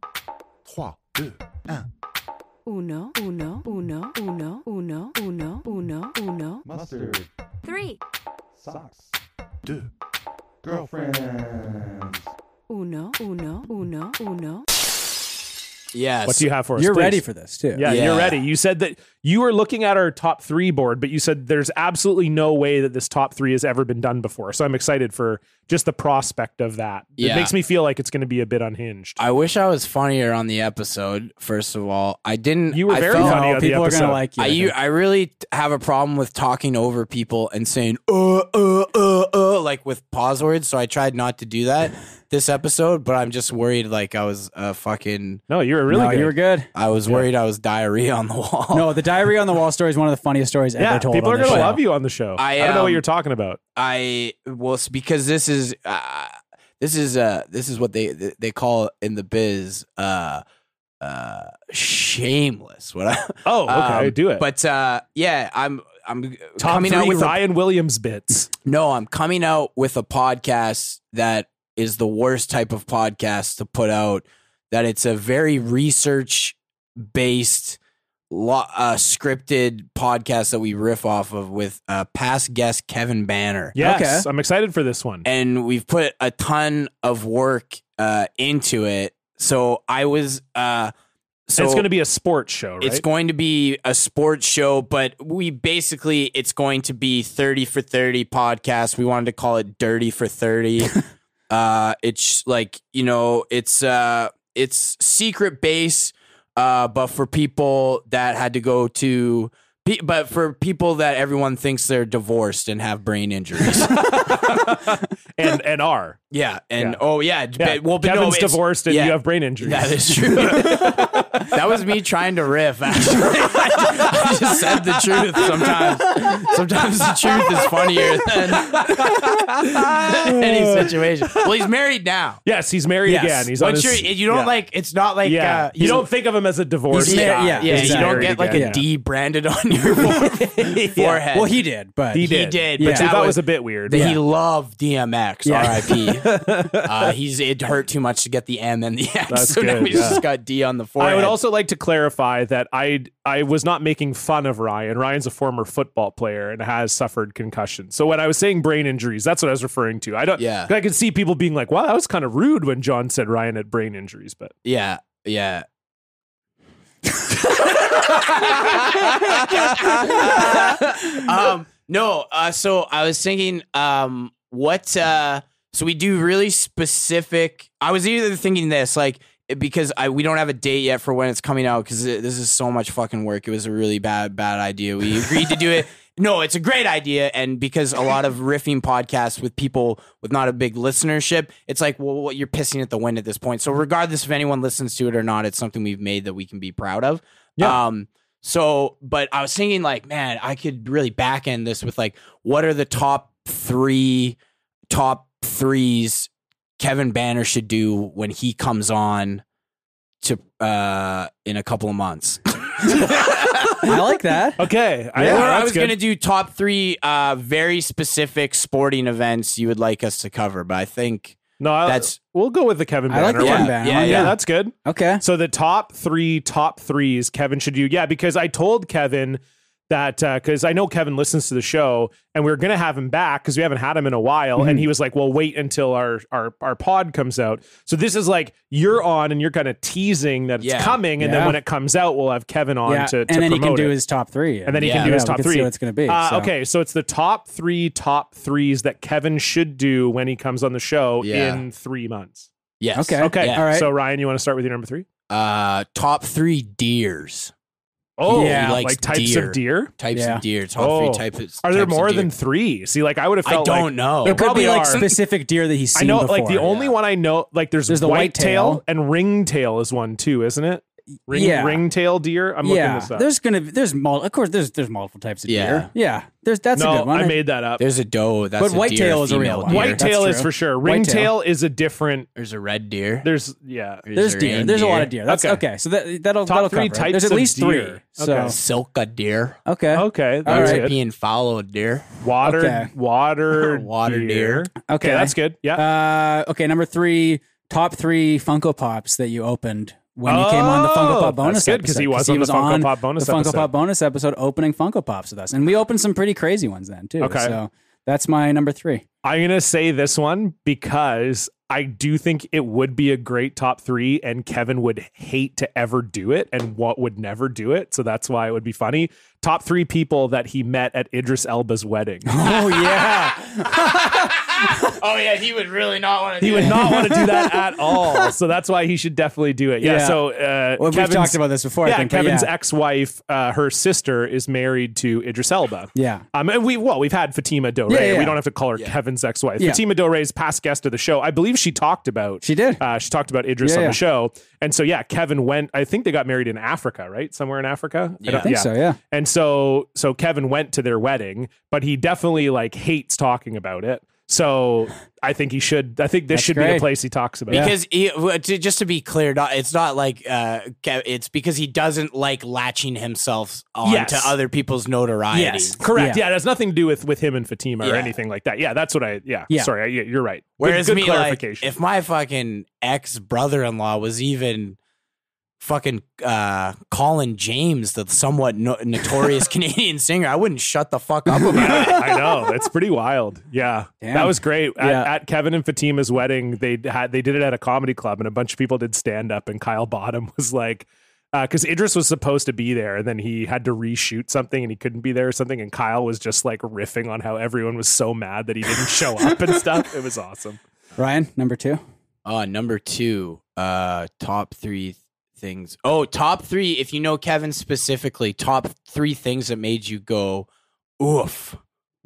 G: Uno, uno, uno, uno, uno, uno, uno, uno.
H: Mustard.
G: Three.
H: Socks. Deux. Girlfriends.
G: Uno, uno, uno, uno.
C: yes.
A: what do you have for us
B: You're
A: please?
B: ready for this too.
A: yeah, you're
C: Yeah.
A: ready. You said that you were looking at our top three board, but you said there's absolutely no way that this top three has ever been done before. So I'm excited for just the prospect of that. It
C: Yeah.
A: makes me feel like it's going to be a bit unhinged.
C: I wish I was funnier on the episode. First of all, I didn't.
A: You were
C: I
A: very
C: felt-
B: No,
A: funny on the
B: Oh, people are
A: episode.
B: gonna like you.
C: I,
B: think.
C: u- I really t- have a problem with talking over people and saying uh uh uh uh like with pause words. So I tried not to do that this episode, but I'm just worried. Like I was uh, fucking.
A: no, you were really
B: no,
A: good. Oh.
B: you were good.
C: I was worried I was diarrhea on the wall.
B: No, the diarrhea on the wall story is one of the funniest stories
A: yeah,
B: ever told.
A: people
B: on
A: are
B: this
A: going to
B: show.
A: love you on the show.
C: I,
A: don't know what
C: um,
A: you're talking about.
C: I well it's because this is uh, this is uh this is what they they call in the biz uh uh shameless. What I
A: Oh, okay,
C: Um,
A: do it.
C: But uh, yeah, I'm I'm
A: Top
C: coming
A: three
C: out with a-
A: Ryan Williams bits.
C: no, I'm coming out with a podcast that is the worst type of podcast to put out. That it's a very research based lo- uh, scripted podcast that we riff off of with uh, past guest Kevin Banner.
A: Yes, I'm excited for this one.
C: and we've put a ton of work uh, into it. So I was uh, so
A: And it's going to be a sports show, right?
C: it's going to be a sports show, but we basically it's going to be thirty for thirty podcast. We wanted to call it Dirty for Thirty. uh, it's like you know, it's uh, it's secret base, uh, but for people that had to go to. pe- But for people that everyone thinks they're divorced and have brain injuries,
A: and and R.
C: yeah, and
A: Yeah.
C: oh yeah,
A: Yeah.
C: well, but no,
A: Kevin's
C: it's-
A: divorced and
C: yeah.
A: you have brain injuries.
C: That is true. that was me trying to riff. Actually, I just said the truth. Sometimes, sometimes the truth is funnier than, than any situation. Well, he's married now.
A: yes, he's married
B: Yes.
A: again. He's on
C: Once
A: his,
C: you're, you don't
A: yeah.
C: like. It's not like
A: Yeah,
C: uh,
A: you don't think of him as a divorced
B: He's
A: guy.
B: mar-
C: Yeah,
B: yeah,
C: yeah, you don't
A: exactly.
C: get like
A: Yeah.
C: a D branded on your forehead.
B: Yeah. Well, he did, but
A: He
C: He
A: did,
C: did,
A: but
C: but
A: that,
C: that
A: was,
C: was-
A: a bit weird.
C: That He
A: Yeah.
C: loved DMX,
B: Yeah.
C: RIP. uh, he's it hurt too much to get the M and the X,
A: That's
C: so now
A: good,
C: he's
A: yeah.
C: just got D on the forehead.
A: I would also like to clarify that I I was not making fun of Ryan. Ryan's a former football player and has suffered concussion. So when I was saying brain injuries, that's what I was referring to. I don't.
C: Yeah.
A: I could see people being like, "Wow, that was kind of rude when John said Ryan had brain injuries." But
C: Yeah, yeah. um, no, uh, so I was thinking, um, what? Uh, so we do really specific. I was either thinking this, like, because I we don't have a date yet for when it's coming out because this is so much fucking work. It was a really bad bad idea. We agreed to do it. No, it's a great idea, and because a lot of riffing podcasts with people with not a big listenership, it's like, well, what you're pissing at the wind at this point. So, regardless if anyone listens to it or not, it's something we've made that we can be proud of.
A: Yeah.
C: Um, so, but I was thinking, like, man, I could really back end this with like, what are the top three, top threes Kevin Banner should do when he comes on to uh in a couple of months.
B: I like that.
A: okay, I,
C: or I
A: that's
C: was
A: good.
C: gonna do top three uh very specific sporting events you would like us to cover, but I think
A: no. I,
C: that's-
A: we'll go with the Kevin
B: I
A: Banner.
B: like the
A: one.
B: Kevin
C: yeah,
B: Banner
C: yeah,
B: one,
A: yeah,
C: yeah.
A: that's good.
B: Okay.
A: So the top three, top threes, Kevin should do. Yeah, because I told Kevin that because I know Kevin listens to the show, and we are gonna have him back because we haven't had him in a while,
B: Mm-hmm.
A: and he was like, "Well, wait until our our our pod comes out." So this is like you're on, and you're kind of teasing that it's
C: Yeah.
A: coming, and then
B: Yeah.
A: when it comes out, we'll have Kevin on
B: yeah.
A: to, to
B: and then he can
A: promote
B: do
A: it.
B: his top three.
A: and then he
C: Yeah.
A: can do his
B: Yeah, we
A: top
B: can see
A: three.
B: what it's gonna be,
A: Uh,
B: so.
A: Okay, so it's the top three, top threes that Kevin should do when he comes on the show
C: Yeah.
A: in three months.
C: yes.
B: Okay.
A: Okay,
C: Yeah.
B: All right.
A: So Ryan, you want to start with your number three?
C: Uh top three deers.
A: Oh,
B: Yeah.
A: like,
C: Likes
A: types
C: deer.
A: of deer.
C: Types
B: Yeah.
C: of deer. Top
A: Oh.
C: three types
A: Are there
C: types of
A: more than
C: deer.
A: three? See, like I would have
C: I
A: felt.
C: don't
A: like,
C: know.
B: there could
A: probably
B: be like
A: are.
B: specific deer that he's
A: I
B: seen
A: know,
B: before.
A: like the only one I know, like there's,
B: There's the
A: white tail
B: whitetail.
A: and ring tail is one too, isn't it? Ring,
B: Yeah.
A: ringtail deer. I'm
B: yeah,
A: looking this up.
B: there's gonna be there's mul- of course there's there's multiple types of
C: Yeah.
B: deer. Yeah, there's that's
A: no,
B: a good one.
A: I made that up.
C: There's a doe. That's
B: But
C: a
B: whitetail
C: deer,
B: is a real
C: female
B: one.
C: deer.
B: White-
A: Whitetail
B: that's
A: is
B: true.
A: for sure.
B: Whitetail.
A: Ringtail is a different.
C: There's a red deer.
A: There's yeah.
B: there's
C: a
B: deer.
C: rain
B: There's a lot of
C: deer.
B: deer. That's
A: Okay.
B: okay. So that that'll
A: Top
B: that'll
A: three
B: cover it.
A: types
B: There's at
A: of
B: least
A: deer.
B: three. So
A: Okay.
C: Silka deer.
B: okay.
A: Okay,
B: All
A: that's
B: right.
A: good.
C: Being followed deer.
A: Water,
B: Okay.
A: water,
C: Water
A: deer.
C: deer.
A: Okay,
B: Okay.
A: that's good. Yeah.
B: Uh, okay, number three, top three Funko Pops that you opened when you came on the
A: Oh,
B: Funko
A: that's
B: Pop bonus
A: good, 'cause
B: episode.
A: he was on the Funko Pop bonus
B: the Funko
A: episode.
B: Pop bonus episode opening Funko Pops with us, and we opened some pretty crazy ones then too.
A: Okay.
B: so that's my number three.
A: I'm gonna say this one because I do think it would be a great top three, and Kevin would hate to ever do it, and what would never do it. So that's why it would be funny. Top three people that he met at Idris Elba's wedding.
B: Oh yeah,
C: Oh yeah, he would really not want to.
A: he would not want to do that at all. So that's why he should definitely do it. Yeah.
B: Yeah.
A: So uh,
B: well, we've
A: Kevin's-
B: talked about this before.
A: Yeah,
B: I think, but
A: Kevin's
B: yeah.
A: ex-wife, uh, her sister is married to Idris Elba.
B: Yeah.
A: Um, and we well, we've had Fatima Doré.
B: Yeah, yeah,
A: We
B: yeah.
A: don't have to call her Kevin's ex-wife.
B: Yeah.
A: Fatima Doré's past guest of the show. I believe she talked about.
B: She did.
A: Uh, she talked about Idris
B: Yeah,
A: on
B: yeah.
A: the show. And so yeah, Kevin went. I think they got married in Africa, right? Somewhere in Africa.
C: Yeah.
A: don't-
B: I think so. Yeah,
A: And so so Kevin went to their wedding, but he definitely like hates talking about it. So I think he should. I think this
B: That's
A: should be the
B: great.
A: place he talks about. it.
C: Because he, w- to- just to be clear, not, it's not like uh, Kev- it's because he doesn't like latching himself on
A: Yes.
C: to other people's notoriety.
B: Yes.
A: Correct. Yeah.
B: Yeah.
A: it has nothing to do with with him and Fatima or
C: Yeah.
A: anything like that. Yeah, that's what I. Yeah,
B: Yeah.
A: sorry, I, yeah, you're right. Good-
C: Whereas
A: good
C: me, like,
A: clarification.
C: if my fucking ex brother in law was even fucking uh, Colin James, the somewhat no- notorious Canadian singer. I wouldn't shut the fuck up about it.
A: I know that's pretty wild. Yeah,
B: Damn.
A: that was great. At,
B: Yeah.
A: at Kevin and Fatima's wedding, they had they did it at a comedy club, and a bunch of people did stand up. And Kyle Bottom was like, because Idris was supposed to be there, and then he had to reshoot something, and he couldn't be there or something. And Kyle was just like riffing on how everyone was so mad that he didn't show up and stuff. It was awesome.
B: Ryan, number two.
C: Uh, number two, uh, top three things. Oh, top three. If you know Kevin specifically, top three things that made you go, oof.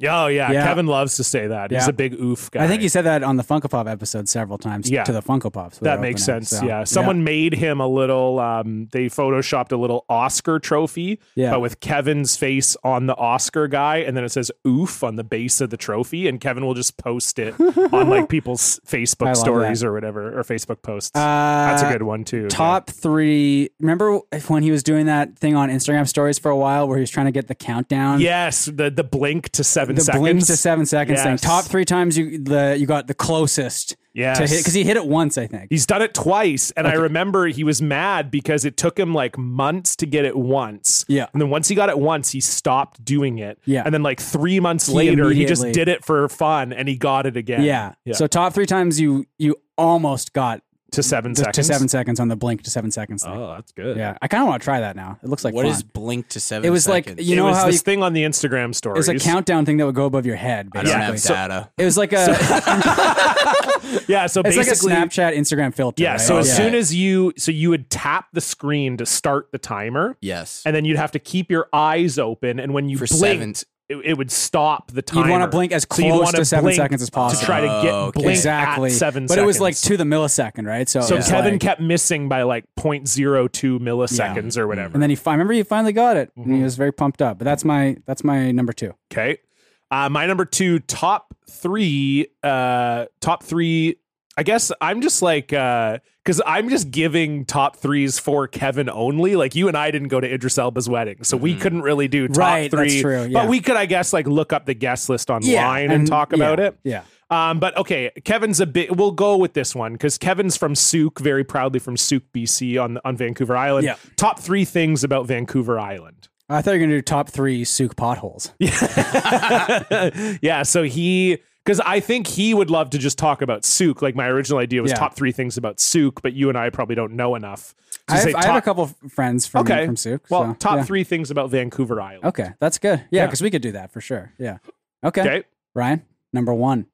A: Oh yeah,
B: Yeah.
A: Kevin loves to say that. He's
B: Yeah.
A: a big oof guy.
B: I think you said that on the Funko Pop episode several times
A: Yeah.
B: to the Funko Pops.
A: that makes sense. yeah, someone made him a little. Um, they photoshopped a little Oscar trophy,
B: Yeah.
A: but with Kevin's face on the Oscar guy, and then it says "oof" on the base of the trophy, and Kevin will just post it on like people's
B: I
A: Facebook
B: love
A: stories or whatever, or Facebook posts.
B: Uh,
A: That's a good one too. yeah.
B: Top three. Remember if- when he was doing that thing on Instagram stories for a while where he was trying to get the countdown?
A: Yes, the the blink to seven
B: The
A: seconds.
B: blink to seven seconds thing.
A: Yes.
B: Top three times you the you got the closest
A: Yes.
B: to hit because he hit it once, I think.
A: He's done it twice, and I remember he was mad because it took him like months to get it once.
B: Yeah.
A: and then once he got it once, he stopped doing it.
B: Yeah.
A: and then like three months later, he just
B: immediately-
A: did it for fun, and he got it again.
B: yeah. So top three times you you almost got
A: to seven
B: the,
A: seconds.
B: to seven seconds on the blink to seven seconds thing.
A: Oh, that's good.
B: Yeah, I kind of want to try that now. It looks like
C: What
B: fun.
C: is blink to seven?
B: It was like,
C: seconds?
B: you
A: it
B: know
A: was
B: how
A: this
B: you-
A: thing on the Instagram story.
B: It's a countdown thing that would go above your head.
C: I
B: Basically.
C: don't
A: yeah,
C: have
A: so-
C: data.
B: It was like a
A: Yeah, so
B: it's like a
A: basically,
B: Snapchat Instagram filter.
A: yeah.
B: right?
A: So as
C: Yeah.
A: soon as you, so you would tap the screen to start the timer,
C: Yes.
A: and then you'd have to keep your eyes open, and when you
C: For seven-
A: blinked, it, it would stop the timer.
B: you'd want to blink as
A: So you'd
B: close
A: wanna
B: to seven
A: blink
B: seconds as possible.
A: to try to get
C: Oh, okay.
A: blink
B: exactly
A: at seven
B: but it was like
A: seconds.
B: to the millisecond, right? So,
A: So
B: it's
A: Kevin
B: like-
A: kept missing by like 0.02 milliseconds or whatever.
B: and then he. Fi- I remember he finally got it, and
A: Mm-hmm.
B: he was very pumped up. But that's my that's my number two.
A: Okay. Uh, my number two, top three, uh, top three. I guess I'm just like, uh, cause I'm just giving top threes for Kevin only. Like you and I didn't go to Idris Elba's wedding, so we couldn't really do top
B: Mm-hmm. Right,
A: three.
B: that's true, yeah.
A: But we could, I guess, like look up the guest list online and, talk
B: yeah,
A: about it.
B: Yeah,
A: Um, but okay, Kevin's a bit. We'll go with this one because Kevin's from Souk, very proudly from Souk, BC, on on Vancouver Island.
B: Yeah.
A: Top three things about Vancouver Island.
B: I thought you were gonna do top three souk potholes.
A: yeah. So he, because I think he would love to just talk about Souk. Like my original idea was
B: Yeah.
A: top three things about Souk, but you and I probably don't know enough. to
B: I have,
A: say
B: I have a
A: top-
B: couple of friends from
A: Okay.
B: from souk.
A: Well,
B: so,
A: top
B: yeah.
A: three things about Vancouver Island.
B: Okay, that's good. Yeah,
A: Yeah.
B: because we could do that for sure. Yeah. Okay.
A: Okay.
B: Ryan, number one.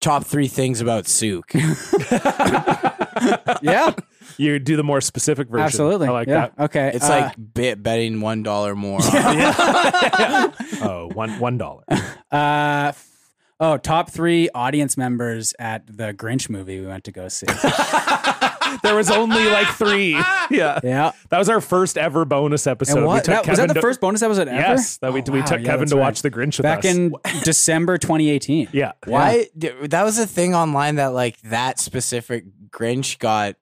C: Top three things about Souk.
B: Yeah,
A: You do the more specific version.
B: absolutely.
A: I like
B: yeah.
A: that.
B: Okay,
C: It's
B: uh,
C: like bit betting one dollar more. on-
A: Oh, one one dollar.
B: Uh, f- oh, top three audience members at the Grinch movie we went to go see.
A: there was only like three. Yeah.
B: yeah.
A: That was our first ever bonus episode.
B: And
A: We
B: what?
A: took
B: That, was that
A: Kevin
B: the
A: to-
B: first bonus episode ever?
A: Yes, that we,
B: Oh,
A: we
B: wow,
A: took
B: yeah,
A: Kevin
B: that's
A: to
B: right.
A: watch The Grinch with
B: Back
A: us.
B: in December 2018.
A: yeah,
C: Why d- that was a thing online that like that specific Grinch got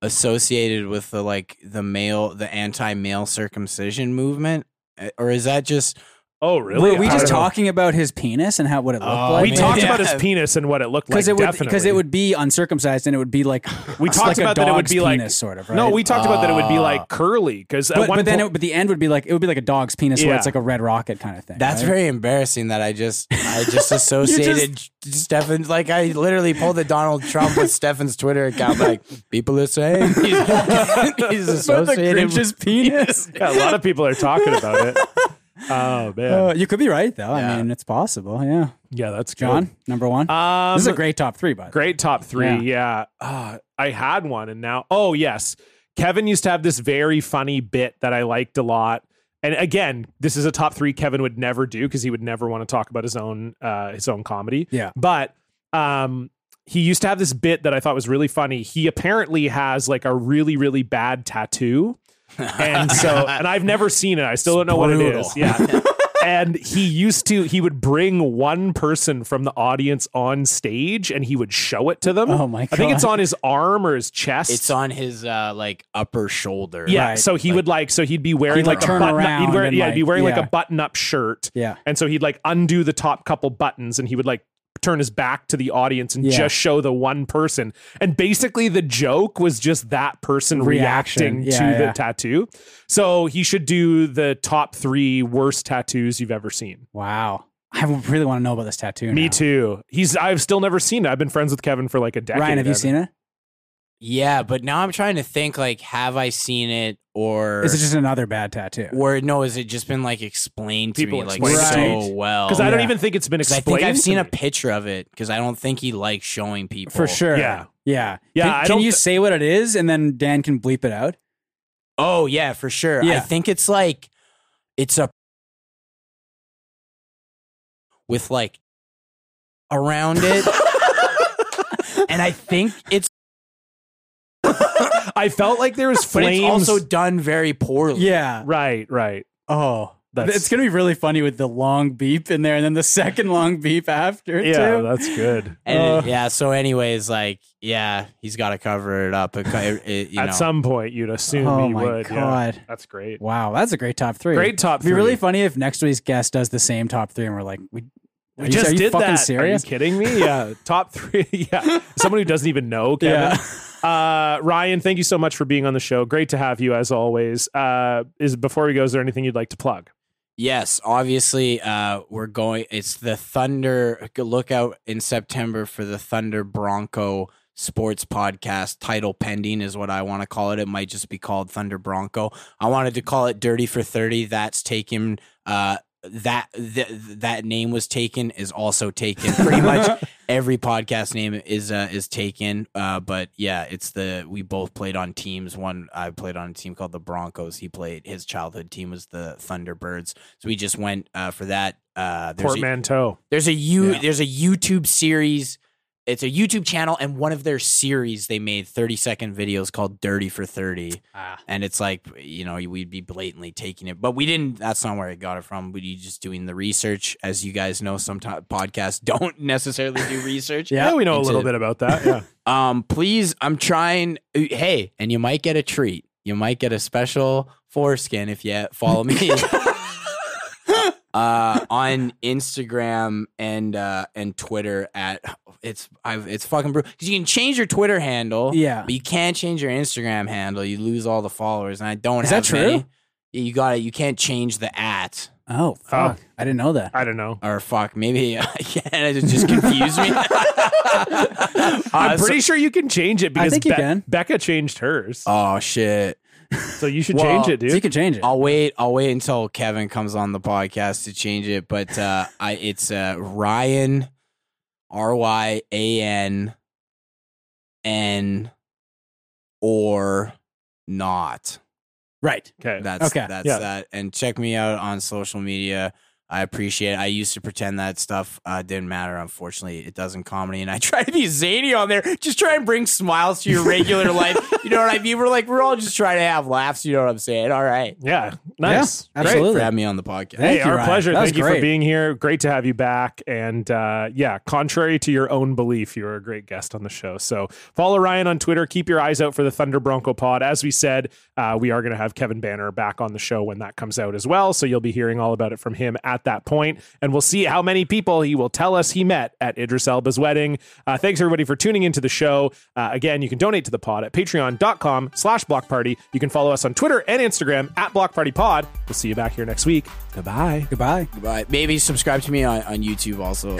C: associated with the like the male the anti male circumcision movement, Uh, or is that just
A: Oh, really?
B: Were we
A: I
B: just
A: don't know.
B: talking about his penis and how what it looked
C: Oh,
B: like?
A: We
C: man.
A: talked about
C: Yeah.
A: his penis and what it looked like.
B: because it would because
A: definitely.
B: it would be uncircumcised and it would be like
A: We
B: it's
A: talked
B: like a
A: about that it would
B: dog's
A: be like
B: penis, sort of. Right? Ah.
A: No, we talked about that it would be like curly because
B: But,
A: at one
B: but then
A: po-
B: it, but the end would be like it would be like a dog's penis where
A: Yeah.
B: it's like a red rocket kind of thing.
C: that's
B: right?
C: very embarrassing that I just I just associated Stefan like I literally pulled the Donald Trump with Stefan's Twitter account like people are saying he's, he's
B: But the
C: associated
B: Grinch's penis.
A: yeah, a lot of people are talking about it. Oh man,
B: Uh, you could be right though. I
C: Yeah.
B: mean, it's possible. Yeah,
A: yeah, that's good.
B: John, number one.
A: Um,
B: this is a great top three, by the way.
A: Great top three.
B: Yeah.
A: Yeah. Ah, I had one and now, oh, yes. Kevin used to have this very funny bit that I liked a lot. And again, this is a top three Kevin would never do because he would never want to talk about his own uh, his own comedy.
B: Yeah.
A: But um, he used to have this bit that I thought was really funny. He apparently has like a really really bad tattoo, and so and I've never seen it. I still don't know what it
C: brutal.
A: is. Yeah. and he used to he would bring one person from the audience on stage and he would show it to them.
B: Oh my
A: I think it's
B: God.
A: on his arm or his chest.
C: It's on his uh, like upper shoulder.
A: yeah,
B: Right.
A: so he would like so he'd be wearing
B: He'd, like,
A: like,
B: turn
A: a button up,
B: around
A: he'd wear,
B: and,
A: yeah, he'd be
B: like-
A: wearing
B: yeah.
A: like a button up shirt.
B: Yeah.
A: And so he'd like undo the top couple buttons and he would like turn his back to the audience and
B: Yeah.
A: just show the one person. And basically, the joke was just that person
B: Reaction.
A: reacting
B: Yeah,
A: to the
B: yeah.
A: tattoo. So he should do the top three worst tattoos you've ever seen.
B: Wow. I really want to know about this tattoo.
A: Me
B: now.
A: too. He's. I've still never seen it. I've been friends with Kevin for like a decade.
B: Ryan, have you
A: Evan.
B: seen it?
C: Yeah, but now I'm trying to think like, have I seen it or
B: Is it just another bad tattoo?
C: or no? Has it just been like explained to
A: People
C: me like
A: explain
B: it.
C: so
B: Right.
C: well?
A: Because I don't
B: Yeah.
A: even think it's been
C: 'Cause I
A: explained.
C: think I've
A: to
C: seen a
A: me.
C: picture of it because I don't think he likes showing people
B: For sure.
A: Yeah.
B: Yeah.
A: Yeah,
B: Can,
A: I
B: can
A: don't
B: you
A: thi-
B: say what it is and then Dan can bleep it out?
C: Oh yeah, for sure. I
B: Yeah.
C: think it's like it's a with like around it. and I think it's,
A: I felt like there was
C: but
A: flames.
C: it's also done very poorly.
B: Yeah.
A: right, right.
B: Oh.
A: That's-
B: it's going to be really funny with the long beep in there and then the second long beep after.
A: Yeah,
B: too.
A: that's good.
C: And
A: Uh,
C: yeah, so anyways, like yeah, he's got to cover it up. It, it- it- you
A: at
C: know.
A: some point, you'd assume
B: Oh
A: he
B: my
A: would. yeah.
B: God.
A: that's great.
B: Wow, that's a great top three.
A: Great top
B: It'd be really
A: three.
B: funny if next week's guest does the same top three, and we're like, we,
A: We
B: are you-
A: just
B: are you
A: did
B: fucking
A: that.
B: serious?
A: Are you kidding me? Yeah, top three. Yeah, someone who doesn't even know. Kevin. Uh, Ryan, thank you so much for being on the show. Great to have you as always. Uh, is before we go, is there anything you'd like to plug?
C: Yes, obviously, uh, we're going. It's the Thunder. Look out in September for the Thunder Bronco Sports Podcast. Title pending is what I want to call it. It might just be called Thunder Bronco. I wanted to call it Dirty for Thirty. That's taken. Uh, that th- that name was taken is also taken. Pretty much every podcast name is uh, is taken. Uh, but yeah, it's the we both played on teams. One I played on a team called the Broncos. He played his childhood team was the Thunderbirds. So we just went uh, for that.
B: e-
C: Uh, there's a,
A: Portmanteau.
C: there's a you
B: Yeah.
C: there's a YouTube series. It's a YouTube channel, and one of their series they made 30 second videos called "Dirty for 30. and it's like you know we'd be blatantly taking it, but we didn't. That's not where I got it from. But you just doing the research, as you guys know, sometimes podcasts don't necessarily do research.
A: Yeah, we know a
C: Into-
A: little bit about that. Yeah.
C: Um, please, I'm trying. Hey, and you might get a treat. You might get a special foreskin if you follow me uh, on Instagram and uh, and Twitter at it's I've, it's fucking brutal because you can change your Twitter handle,
B: Yeah.
C: but you can't change your Instagram handle. You lose all the followers, and I don't
B: Is
C: have
B: that true?
C: many. Yeah, You got it. You can't change the at
B: Oh fuck, I didn't know that.
A: I don't know.
C: or fuck. Maybe I can. It just confused me.
A: I'm
C: Uh, so-
A: pretty sure you can change it because
B: think you
A: Be-
B: can.
A: Becca changed hers,
C: oh shit.
A: so you should
C: well,
A: change it, dude.
B: So you can change it.
C: I'll wait. I'll wait until Kevin comes on the podcast to change it. But uh, I, it's uh, Ryan, R Y A N, N, or not.
B: right.
A: okay.
C: That's
B: Okay.
C: That's
A: Yeah.
C: that. And check me out on social media. I appreciate. it. I used to pretend that stuff uh, didn't matter. Unfortunately, it does in comedy, and I try to be zany on there. Just try and bring smiles to your regular life. You know what I mean? We're like we're all just trying to have laughs. You know what I'm saying? All right.
A: yeah. Nice.
B: Yeah,
A: Great.
B: absolutely.
C: For having me on the podcast.
A: hey,
B: Thank you,
A: our
B: Ryan.
A: pleasure.
B: That was
A: Thank you for
B: great.
A: being here. Great to have you back. And uh, yeah, contrary to your own belief, you are a great guest on the show. So follow Ryan on Twitter. Keep your eyes out for the Thunder Bronco Pod. As we said, uh, we are going to have Kevin Banner back on the show when that comes out as well. So you'll be hearing all about it from him at that point, and we'll see how many people he will tell us he met at Idris Elba's wedding. Uh, thanks everybody for tuning into the show. Uh, again, you can donate to the pod at patreon.com slash block party. You can follow us on Twitter and Instagram at block party pod. We'll see you back here next week. Goodbye.
B: Goodbye.
C: But maybe subscribe to me on, on YouTube also.